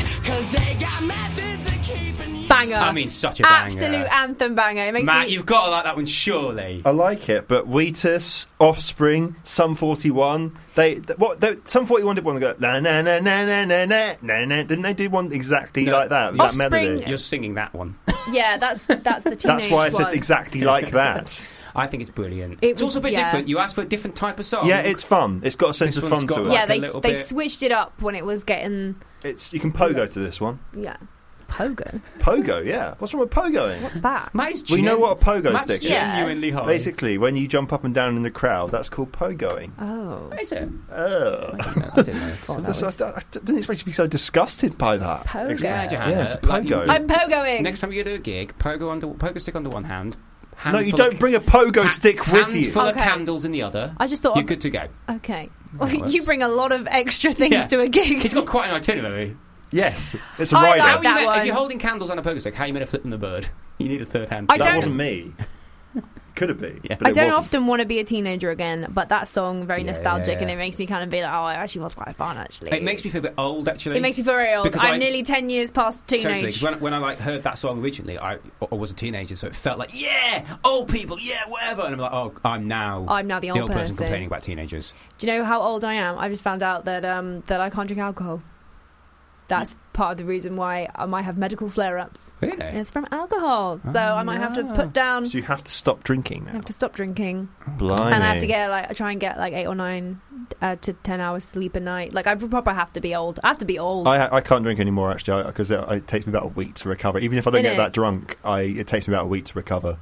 S8: banger.
S5: I mean, such a banger.
S8: absolute anthem banger. It makes
S5: Matt,
S8: me.
S5: you've got to like that one, surely.
S2: I like it, but Wheatus, Offspring, Sum 41, they th- what they, Sum 41 did one that go na na na na na na na na na. Didn't they do one exactly
S5: No.
S2: like that? That
S8: Offspring-
S2: melody.
S5: You're singing that one.
S3: Yeah, that's
S5: *laughs*
S3: that's the teenage
S2: That's why I
S3: one.
S2: said exactly like that.
S5: I think it's brilliant.
S8: It
S5: it's
S8: was-
S5: also a bit
S8: yeah.
S5: different. You asked for a different type of song.
S2: yeah, it's fun. It's got a sense
S5: Oh, This
S2: of
S5: one's
S2: fun
S5: got
S2: to it.
S5: like
S3: yeah,
S5: a
S3: they
S5: little
S3: they
S5: bit-
S3: switched it up when it was getting
S2: It's you can pogo to this one.
S3: yeah.
S8: Pogo.
S2: Pogo, yeah. What's wrong with pogoing?
S8: What's that?
S5: Matt's
S2: We know
S5: gen-
S2: what a pogo
S5: Matt's
S2: stick is.
S3: Yeah.
S5: genuinely high.
S2: Basically, when you jump up and down in the crowd, that's called pogoing.
S8: Oh.
S5: Is it?
S2: Ugh.
S5: I didn't know. *laughs* I didn't know.
S8: Oh,
S2: That's- I, I didn't expect you to be so disgusted by that.
S3: Pogo.
S2: Expla-
S5: Glad you had
S2: Yeah,
S5: that.
S2: it's
S5: Like, you-
S2: pogo.
S3: I'm pogoing.
S5: Next time you do a gig, pogo under pogo stick under one hand.
S2: No, you
S5: handful
S2: don't
S5: of-
S2: bring a pogo stick with you.
S5: Handful of
S3: Okay.
S5: candles in the other.
S8: I just thought.
S5: You're good to go.
S3: okay.
S5: Well, that
S3: *laughs* you
S5: works.
S3: bring a lot of extra things
S5: Yeah.
S3: to
S5: *laughs*
S3: a gig.
S5: He's got quite an itinerary.
S2: Yes, it's a
S3: I
S2: rider.
S3: like
S5: How are you
S3: that
S5: meant-
S3: one.
S5: if you're holding candles on a pogo stick, how are you meant to flip them the bird? *laughs* You need a third hand.
S8: I
S2: that
S8: don't-
S3: *laughs*
S2: wasn't
S5: *laughs*
S2: me. Could have been.
S5: Yeah.
S2: But
S3: I
S2: it
S3: don't
S2: wasn't.
S3: often want to be a teenager again, but that song very
S5: Yeah,
S3: nostalgic
S5: yeah, yeah.
S3: and it makes me kind of be like, oh, it actually was quite fun actually.
S5: It makes me feel a bit old, actually.
S3: it makes me feel very old.
S5: Because
S3: I'm
S5: I-
S3: nearly ten years past
S5: Totally,
S3: teenage.
S5: 'cause when, when I like heard that song originally, I, I was a teenager, so it felt like yeah, old people, yeah, whatever. And I'm like, oh, I'm now
S3: I'm now the
S5: the
S3: old
S5: old person,
S3: person.
S5: complaining about teenagers.
S3: Do you know how old I am? I just found out that um, that I can't drink alcohol.
S5: Mm.
S3: That's part of the reason why I might have medical flare-ups.
S5: Really?
S3: And It's from alcohol, so I might have to
S5: Ah.
S3: put down.
S2: So you have to stop drinking
S3: I
S2: now.
S3: have to stop drinking,
S2: Blimey.
S3: and I have to get like I try and get like eight or nine uh, to ten hours sleep a night. Like I proper have to be old. I have to be old.
S2: I, I can't drink anymore actually because it, it takes me about a week to recover. Even if I don't
S3: Innit?
S2: get that drunk, I, it takes me about a week to recover.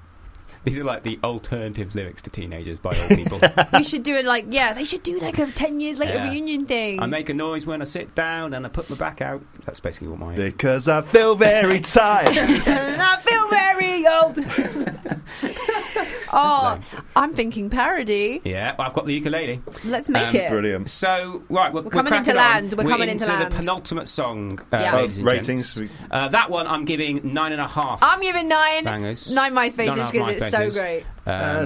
S5: These are like the alternative lyrics to teenagers by old people.
S3: we should do it like yeah, they should do like a ten years later
S5: Yeah.
S3: reunion thing. *laughs*
S5: I make a noise when I sit down and I put my back out. That's basically what my.
S2: Because I
S5: *laughs*
S2: feel very tired.
S3: and *laughs* I feel very old.
S5: *laughs*
S3: *laughs* oh, I'm thinking parody.
S5: Yeah, but I've got the ukulele.
S3: Let's make
S5: Um,
S3: it.
S2: Brilliant.
S5: So right, we're,
S3: We're coming into
S5: cracking on.
S3: land, we're coming into land.
S5: the penultimate song. Uh,
S3: Yeah.
S2: Uh,
S5: ladies and
S2: ratings.
S5: gents. Uh, that one I'm giving nine and a half
S3: I'm giving nine.
S5: bangers.
S3: Nine MySpaces
S5: Nine
S3: because it's so
S5: MySpaces.
S3: great.
S2: uh,
S5: Um,
S2: seven.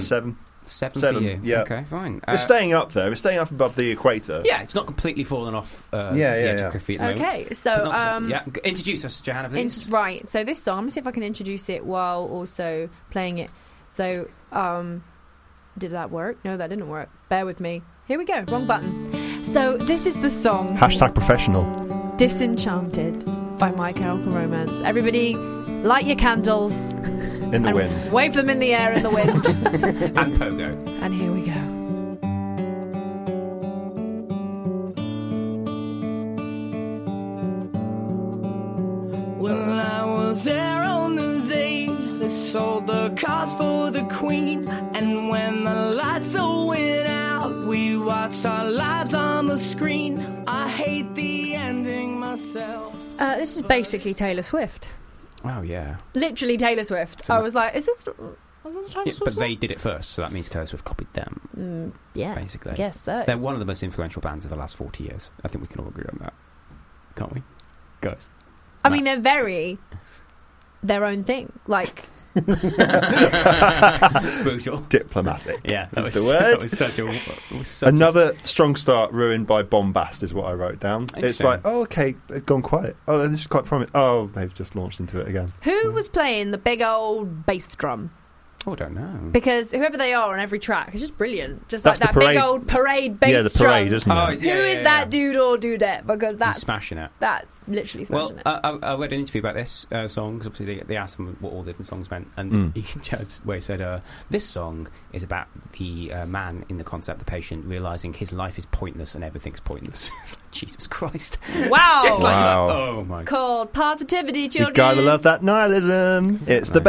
S5: seven,
S2: seven,
S5: for you.
S2: yeah.
S5: Okay, fine.
S2: we're
S5: Uh,
S2: staying up there. We're staying up above the equator.
S5: Yeah, it's not completely fallen off. Uh,
S2: Yeah,
S5: the
S2: yeah,
S5: edge
S2: yeah.
S5: Of graffiti at the moment.
S3: Okay, so
S5: Penultimate-
S3: um,
S5: yeah, g- introduce us, Johanna,
S3: in-
S5: please.
S3: right, so this song. I'm gonna see if I can introduce it while also playing it. So, um, did that work? No, that didn't work. Bear with me. Here we go. Wrong button. So this is the song
S2: Hashtag professional.
S3: "Disenchanted" by My Chemical Romance. Everybody, light your candles
S2: In the
S3: and
S2: wind.
S3: wave them in the air in
S2: *laughs*
S3: the wind.
S5: and Pogo.
S3: and here we go.
S6: Well, I was there on the day they sold the cars for the Queen. And when the lights all went out, we watched our lives on the screen. I hate the ending myself.
S3: Uh, this is basically Taylor Swift.
S5: Oh yeah.
S3: Literally Taylor Swift.
S5: So-
S3: I was like, is this? Is this a Taylor
S5: Yeah,
S3: Swift
S5: but
S3: song?
S5: they did it first, so that means Taylor Swift copied them,
S3: Mm, yeah,
S5: basically.
S3: I guess so.
S5: They're one of the most influential bands of the last 40 years. I think we can all agree on that. Can't
S2: *laughs*
S5: we? Guys.
S3: I mean, they're very their own thing. Like,
S5: Brutal.
S2: Diplomatic.
S5: Yeah, that was,
S2: Is the word?
S5: that was such a. was *laughs* such a-
S2: Another strong start ruined by bombast is what I wrote down. It's
S5: Interesting.
S2: like, oh, okay, they've gone quiet. Oh, this is quite promising. Oh, they've just launched into it again.
S3: who was playing the big old bass drum?
S5: oh, I don't know.
S3: Because whoever they are on every track is just brilliant. Just
S2: That's
S3: like
S2: the
S3: that big
S2: parade.
S3: old parade bass
S2: yeah, the parade,
S3: drum.
S2: isn't it?
S5: Oh,
S3: Who
S5: Yeah, yeah,
S3: is
S5: yeah.
S3: that dude or dudette? Because
S5: He's
S3: that's
S5: smashing it.
S3: that's literally smashing
S5: Well,
S3: it.
S5: I, I, I read an interview about this uh, song 'cause obviously they, they asked him what all the different songs meant, and
S2: Mm.
S5: he *laughs* judged where he said, uh, "This song is about the uh, man in the concept, the patient, realizing his life is pointless and everything's pointless." *laughs* It's like, Jesus Christ! *laughs*
S3: *laughs* Wow.
S5: Just like that.
S2: Wow.
S5: Oh my!
S3: called positivity,
S2: You
S3: children.
S2: gotta love that nihilism. It's the
S5: Right.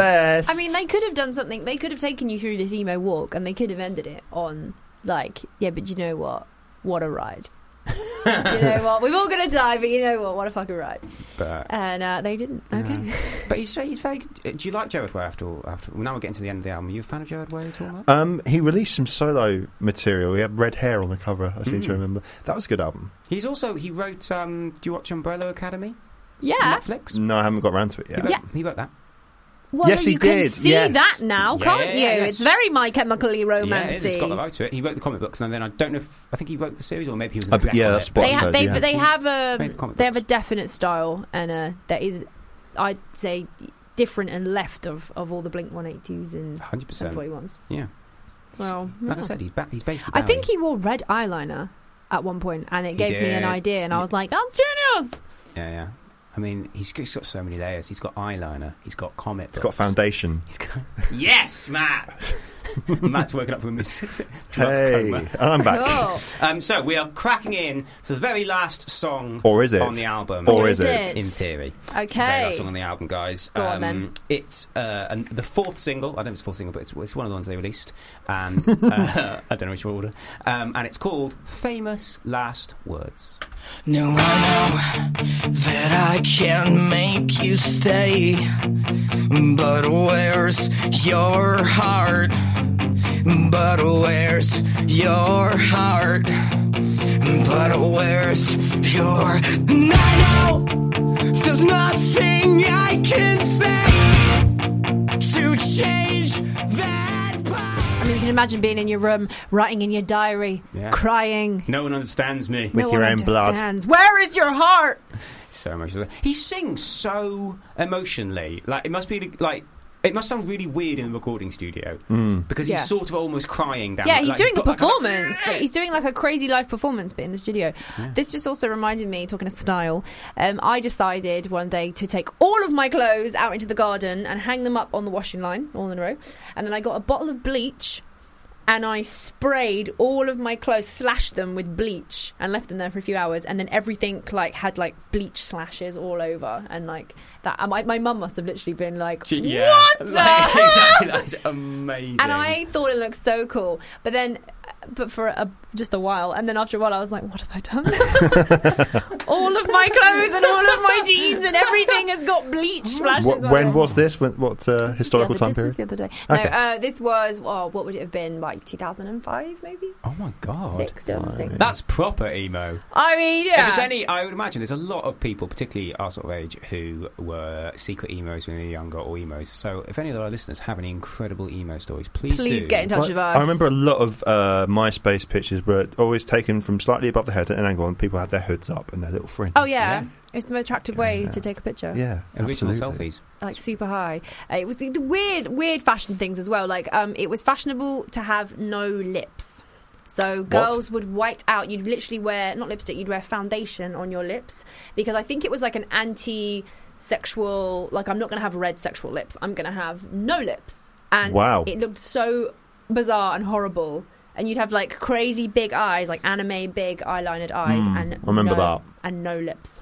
S2: best.
S3: I mean, they could have done something. They could have taken you through this emo walk, and they could have ended it on like, yeah, but you know what? What a ride! you know what? We're all gonna die, but you know what? What a fucking ride!
S5: But,
S3: And uh, they didn't. Okay. *laughs*
S5: but he's, he's very. good. Do you like Jared Way after all? After well, now we're getting to the end of the album. Are you a fan of Jared Way at all? Matt?
S2: Um, he released some solo material. He had red hair on the cover. I
S5: Mm.
S2: seem
S3: Hmm.
S2: to remember that was a good album.
S5: He's also he wrote. Um, do you watch Umbrella Academy?
S3: Yeah. Mm,
S5: Netflix.
S2: No, I haven't got round to it
S5: He
S2: yet.
S5: wrote, he wrote that.
S3: Well,
S2: Yes, he
S3: you can
S2: did,
S3: see
S2: yes.
S3: that now,
S5: Yeah,
S3: can't you?
S5: yes.
S3: It's very my chemically
S5: Yeah, it is. it's
S3: romancey.
S5: got the right to it. He wrote the comic books, and then I don't know. if... I think he wrote the series, or maybe he was. An
S2: I-
S5: exec
S2: Uh, yeah,
S5: on
S2: that's
S5: it.
S2: what
S3: they,
S2: I've
S3: ha-
S2: heard,
S3: they,
S2: yeah.
S3: they have
S5: Made the
S3: a
S5: comic
S3: they have a
S5: books.
S3: definite style, and uh, there is, I'd say, different and left of, of all the Blink 182s and,
S5: hundred
S3: and
S5: percent.
S3: 41s.
S5: Yeah,
S3: Well,
S5: like I
S3: yeah.
S5: said, he's ba- he's basically.
S3: I think
S5: Bowie.
S3: he wore red eyeliner at one point, and it
S5: He
S3: gave me
S5: did.
S3: an idea, and I
S5: Yeah.
S3: was like, "That's Junior's."
S5: Yeah, yeah. I mean, he's, he's got so many layers. He's got eyeliner. He's got comic.
S2: It's got
S5: books.
S2: foundation.
S5: He's got- yes,
S2: *laughs*
S5: Matt. Matt's woken up from his *laughs* drug
S2: hey,
S5: coma.
S2: I'm back.
S3: *laughs* Cool.
S5: Um, so we are cracking in to the very last song
S2: Or is it?
S5: on the album.
S2: Or is it?
S3: it?
S5: in theory, very
S3: Okay.
S5: last song on the album, guys. Um,
S3: Go on, then.
S5: It's uh, an, the fourth single. I don't know if it's the fourth single, but it's, it's one of the ones they released, and
S2: *laughs*
S5: uh, *laughs* I don't know which order. Um, and it's called "Famous Last Words."
S6: No, I know that I can't make you stay. But where's your heart? But where's your heart? But where's your. And I know there's nothing I can say to change that part.
S3: I mean, you can imagine being in your room, writing in your diary,
S5: Yeah.
S3: crying.
S5: No one understands me.
S2: With
S3: No
S2: your
S3: one
S2: own blood.
S3: understands. Where is your heart?
S5: so emotional. He sings so emotionally. Like it must be like it must sound really weird in the recording studio
S2: Hmm.
S5: because
S3: Yeah.
S5: he's sort of almost crying down.
S3: Yeah,
S5: like-
S3: he's
S5: like,
S3: doing a
S5: got like
S3: performance. he's doing like a crazy live performance, but in the studio.
S5: Yeah.
S3: This just also reminded me, talking of style, um, I decided one day to take all of my clothes out into the garden and hang them up on the washing line, all in a row. And then I got a bottle of bleach and I sprayed all of my clothes, slashed them with bleach and left them there for a few hours. And then everything like had like bleach slashes all over. And like that, and my, my mum must have literally been like,
S5: Gee, yeah. *laughs*
S3: what the
S5: Like,
S3: hell?
S5: exactly, that's amazing.
S3: and I thought it looked so cool. But then, but for a, just a while, and then after a while, I was like, "What have I done? *laughs* all of my clothes and all of my jeans and everything has got bleach splashed."
S2: What,
S3: into it."
S2: when was this? When, what uh,
S3: This was
S2: historical
S3: the other-
S2: time
S3: This was
S2: period?
S3: the other day.
S2: Okay.
S3: No, uh, this was oh, what would it have been? Like 2005, maybe
S5: oh my god,
S3: six, 2006.
S5: that's proper emo.
S3: I mean, yeah.
S5: If there's any, I would imagine there's a lot of people, particularly our sort of age, who were secret emos when they were younger or emos. So if any of our listeners have any incredible emo stories, please
S3: Please
S5: do.
S3: get in touch
S2: Well,
S3: with us.
S2: I remember a lot of uh, MySpace pictures were always taken from slightly above the head at an angle, and people had their hoods up and their little fringe.
S3: Oh yeah.
S5: Yeah.
S3: It's the most attractive way
S2: Yeah.
S3: to take a picture.
S2: yeah,
S5: original
S2: absolutely.
S5: selfies.
S3: like super high. Uh, it was the weird, weird fashion things as well. Like, um, it was fashionable to have no lips. So girls would white out. You'd literally wear not lipstick. You'd wear foundation on your lips because I think it was like an anti-sexual. Like, I'm not going to have red sexual lips. I'm going to have no lips. And
S2: Wow.
S3: it looked so bizarre and horrible. And you'd have like crazy big eyes, like anime big eyelinered eyes,
S2: Mm,
S3: and
S2: I remember
S3: no,
S2: that.
S3: and no lips.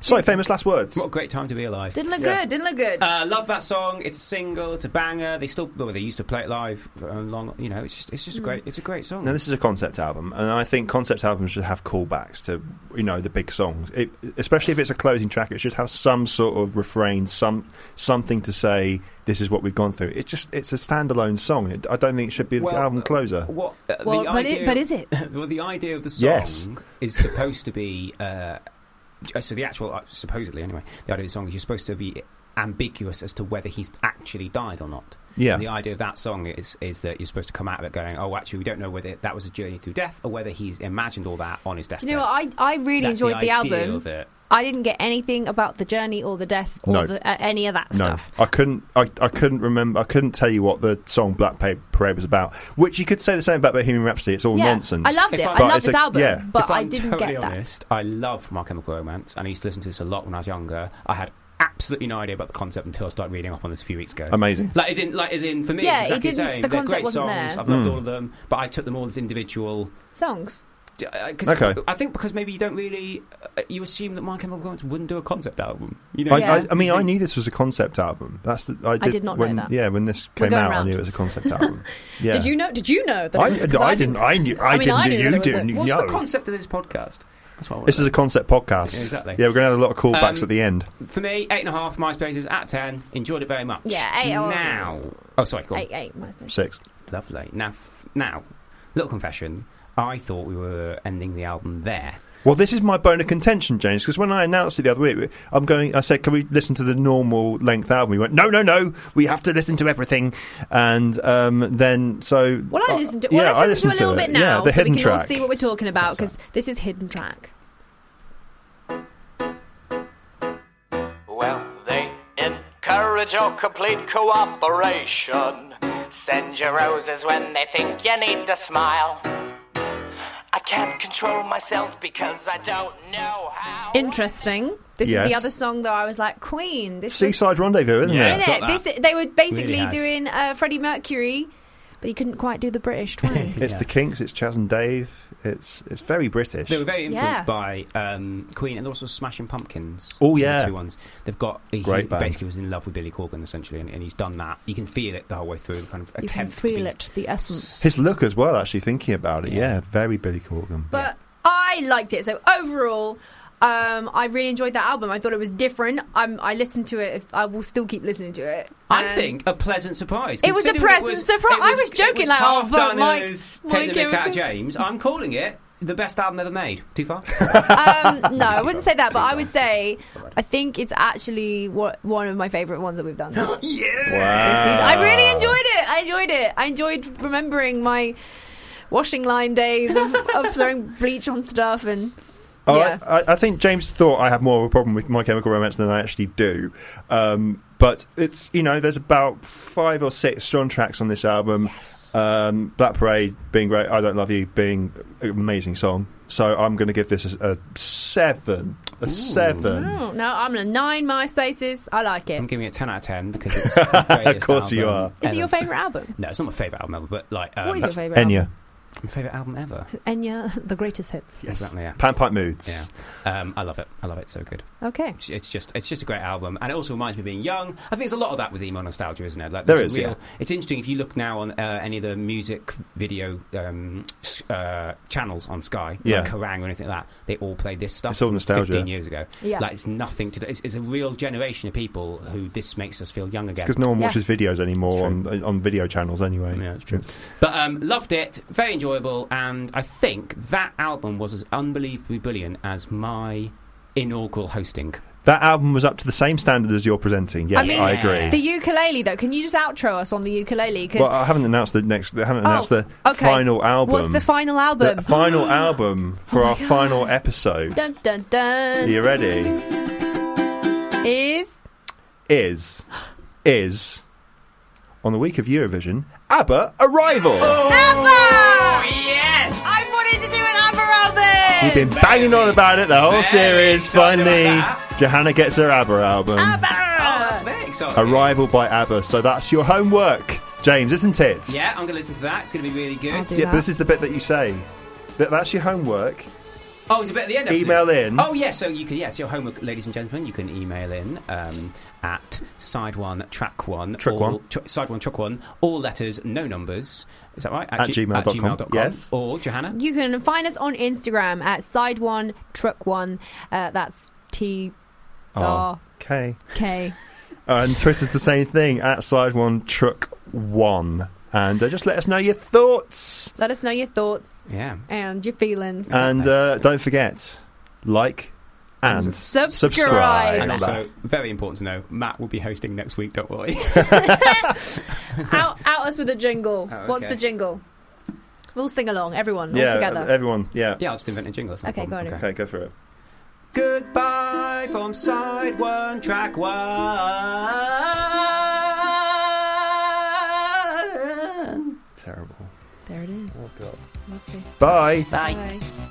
S2: So famous last words.
S5: What a great time to be alive.
S3: Didn't look
S2: Yeah.
S3: good. Didn't look good.
S5: Uh, love that song. It's a single. It's a banger. They still well, they used to play it live. Um, long, you know, it's just it's just a
S3: Mm.
S5: great. It's a great song.
S2: Now this is a concept album, and I think concept albums should have callbacks to you know the big songs, it, especially if it's a closing track. It should have some sort of refrain, some something to say. This is what we've gone through. It's just it's a standalone song. It, I don't think it should be the
S5: Well,
S2: album closer.
S5: what uh,
S3: well,
S5: the
S3: but,
S5: idea,
S3: it, but is it?
S5: *laughs* well, the idea of the song
S2: Yes.
S5: is supposed to be. Uh, j- so the actual, uh, supposedly anyway, the idea of the song is you're supposed to be ambiguous as to whether he's actually died or not.
S2: Yeah,
S5: So the idea of that song is is that you're supposed to come out of it going, oh, actually, we don't know whether that was a journey through death or whether he's imagined all that on his
S3: Do
S5: deathbed.
S3: you know what? I, I really
S5: That's
S3: enjoyed the,
S5: idea
S3: album.
S5: Of it.
S3: I didn't get anything about the journey or the death or
S2: No.
S3: the, uh, any of that
S2: no,
S3: stuff.
S2: I couldn't. I, I couldn't remember. I couldn't tell you what the song Black Pa- Parade was about. Which you could say the same about Bohemian Rhapsody. It's all
S3: yeah.
S2: nonsense.
S3: I loved
S5: If
S3: it.
S5: I'm-
S3: I
S5: But
S3: love
S2: it's
S3: this
S2: a-
S3: album,
S2: yeah.
S3: but
S5: if
S3: I
S5: I'm
S3: didn't
S5: totally
S3: get that.
S5: honest, I love My Chemical Romance, and I used to listen to this a lot when I was younger. I had absolutely no idea about the concept until I started reading up on this a few weeks ago.
S2: Amazing.
S5: like as in, like as in, for me,
S3: Yeah,
S5: it's exactly
S3: it
S5: the
S3: didn't-
S5: same.
S3: the
S5: They're
S3: concept
S5: great
S3: wasn't
S5: songs.
S3: there.
S5: I've loved
S2: Hmm.
S5: all of them, but I took them all as individual.
S3: Songs.
S5: Uh, 'cause
S2: Okay.
S5: I think because maybe you don't really, uh, you assume that My Chemical Romance wouldn't do a concept album. You know,
S2: I,
S3: Yeah.
S2: I, I mean,
S5: You
S2: I
S5: think-
S2: knew this was a concept album. That's the, I, did
S3: did not know
S2: when,
S3: that.
S2: Yeah, when this
S3: We're
S2: came
S3: going
S2: out,
S3: round.
S2: I knew it was a concept
S3: *laughs*
S2: album. Yeah.
S3: Did you know? Did you know that?
S2: I,
S3: it was, 'cause
S2: I, didn't. I knew. I,
S3: I mean,
S2: didn't.
S3: I
S2: knew
S3: knew
S2: you
S3: that it was a-
S2: didn't.
S5: What's
S2: know.
S5: the concept of this podcast? That's what I wanna
S2: This is a concept podcast.
S5: Yeah, exactly.
S2: Yeah, we're going to have a lot of callbacks
S5: Um,
S2: at the end.
S5: know. for me, eight and a half. MySpace is at ten. Enjoyed it very much.
S3: Yeah, eight or-
S5: now. Oh, sorry. Go on.
S3: Eight, eight, my bad.
S2: Six.
S5: Lovely. Now, f- now, little confession. I thought we were ending the album there.
S2: Well, this is my bone of contention, James, because when I announced it the other week, I'm going. I said, "Can we listen to the normal length album?" He went, "No, no, no. We have to listen to everything." And um, then, so
S3: Well, I
S2: uh,
S3: listened to. Well, let's listen to a little
S2: it.
S3: bit now,
S2: Yeah, the
S3: so
S2: hidden
S3: we can
S2: track.
S3: all see what we're talking about because this is hidden track.
S6: Well, they encourage. encourage your complete cooperation. Send your roses when they think you need to smile. I can't control myself because I don't know how.
S3: Interesting. This is
S2: Yes.
S3: the other song though. I was like, Queen. This is
S2: Seaside Rendezvous, isn't
S5: Yeah.
S2: it?
S5: It's got
S3: Innit?
S5: that.
S3: This, they were basically
S5: Really has.
S3: doing uh, Freddie Mercury, but he couldn't quite do the
S5: *laughs*
S3: British twang.
S2: It's
S5: Yeah.
S2: the Kinks. It's Chaz and Dave. It's it's very British.
S5: They were very influenced
S3: Yeah.
S5: by um, Queen and also Smashing Pumpkins.
S2: Oh,
S5: were the
S2: yeah.
S5: two ones. They've got he,
S2: Great
S5: he
S2: band.
S5: basically was in love with Billy Corgan essentially, and, and he's done that. You can feel it the whole way through. Kind of
S3: you can
S5: attempt to
S3: feel
S5: be,
S3: it, the essence.
S2: His look as well. Actually, thinking about it,
S5: Yeah.
S2: yeah, very Billy Corgan.
S3: But I liked it. So overall, um, I really enjoyed that album. I thought it was different. I'm, I listened to it. I will still keep listening to it.
S5: I
S3: And-
S5: think a pleasant surprise.
S3: Um, It was a
S5: Considering
S3: pleasant surprise. I was joking,
S5: it was
S3: like, oh,
S5: half
S3: but
S5: done
S3: my-
S5: and it was
S3: my
S5: taking the mick out of
S3: chemical-
S5: James. I'm calling it the best album ever made. Too
S2: *laughs*
S5: far?
S3: *laughs* Um, no, I
S5: too
S3: wouldn't
S5: far,
S3: say that, but
S5: too
S3: I would
S5: far.
S3: say I think it's actually what, one of my favourite ones that we've *gasps* done. This season.
S2: wow.
S3: I really enjoyed it. I enjoyed it. I enjoyed remembering my washing line days of, *laughs* of throwing bleach on stuff and
S2: Oh,
S3: Yeah.
S2: I, I- I think James thought I have more of a problem with My Chemical Romance than I actually do. Um, but it's you know there's about five or six strong tracks on this album. Um, Black Parade being great. I Don't Love You being an amazing song. So I'm going to give this a, a seven. A seven.
S3: Oh, no, I'm gonna nine MySpaces. I like it.
S5: I'm
S3: Is
S5: giving it 10 out of 10
S2: *laughs*
S5: because it's the greatest
S2: Of course you
S5: album
S3: it your
S5: ever.
S3: favourite album?
S5: No, it's not my favourite album ever, but like
S3: What
S5: um,
S3: is your favourite
S2: Enya.
S5: my favourite album ever.
S3: album? Enya, the greatest hits.
S5: Exactly, yeah.
S2: Panpipe Moods.
S5: Yeah, um, I love it. I love it. So good.
S3: Okay.
S5: It's- It's just, it's just a great album, and it also reminds me of being young. I think there's a lot of that with emo nostalgia, isn't it? Like,
S2: There
S5: there's a
S2: is, yeah.
S5: It's interesting if you look now on uh, any of the music video um, s- uh, channels on Sky,
S2: Yeah.
S5: like Kerrang or anything like that. They all play this stuff.
S2: It's all nostalgia.
S5: 15 years ago.
S3: Yeah.
S5: Like it's nothing to. do- It's, it's a real generation of people who this makes us feel young again.
S2: Because no one
S3: Yeah.
S2: watches videos anymore on on video channels anyway.
S5: Yeah, it's true. But um, loved it, very enjoyable, and I think that album was as unbelievably brilliant as my inaugural hosting.
S2: That album was up to the same standard as you're presenting. Yes, I,
S3: mean,
S2: agree.
S3: The ukulele, though, can you just outro us on the ukulele? Because
S2: Well, I haven't announced the next. I haven't
S3: Oh,
S2: announced the
S3: okay.
S2: final album.
S3: what's the final album?
S2: The
S3: *gasps*
S2: final album for
S3: my
S2: our
S3: God.
S2: final episode.
S3: dun dun dun.
S2: Are you ready?
S3: Is
S2: Is is on the week of Eurovision. ABBA arrival.
S3: Oh.
S5: Oh,
S3: ABBA!
S9: Yes!
S3: I wanted to do an ABBA album.
S2: We've been banging on about it the whole
S9: Very
S2: series.
S9: excited
S2: Finally,
S9: about
S2: Johanna gets her ABBA album.
S9: Oh,
S3: ABBA.
S9: that's very exciting.
S2: Arrival by ABBA. So that's your homework, James, isn't it?
S9: Yeah, I'm going to listen to that. It's going to be really
S3: I'll
S9: good.
S3: do
S2: Yeah, but
S3: that.
S2: this is the bit that you say. That, that's your homework.
S9: Oh, it's a bit at the end. actually.
S2: Email in.
S9: Oh,
S5: Oh yeah, so you can yes, your homework, ladies and gentlemen, you can email in um, at side one track one
S2: Track
S5: all-
S2: one.
S5: tr- side one track one all letters no numbers is that right
S2: At
S5: g-
S2: gmail dot com.
S5: gmail dot com.
S2: Yes.
S5: or Johanna
S3: You can find us on Instagram at side one truck one. Uh, that's T R
S2: Okay. Oh.
S3: K.
S2: And Twitter's the same thing at side one truck one. And uh, just let us know your thoughts.
S3: Let us know your thoughts
S5: yeah
S3: and your feelings.
S2: And uh, don't forget, like and
S3: Subscribe.
S2: subscribe.
S5: and
S2: *laughs*
S3: Not
S5: also very important to know Matt will be hosting next week don't worry *laughs*
S3: out, out us with a jingle.
S5: Oh,
S3: What's
S5: okay.
S3: the jingle? We'll sing along, everyone, all
S2: yeah, uh,
S3: together.
S2: everyone. Yeah.
S5: yeah I'll just invent a jingle or something
S3: Okay, go on.
S2: Okay, go for it.
S9: Goodbye from side one, track one.
S2: Terrible.
S3: there it is.
S2: uh, Bye.
S3: Bye.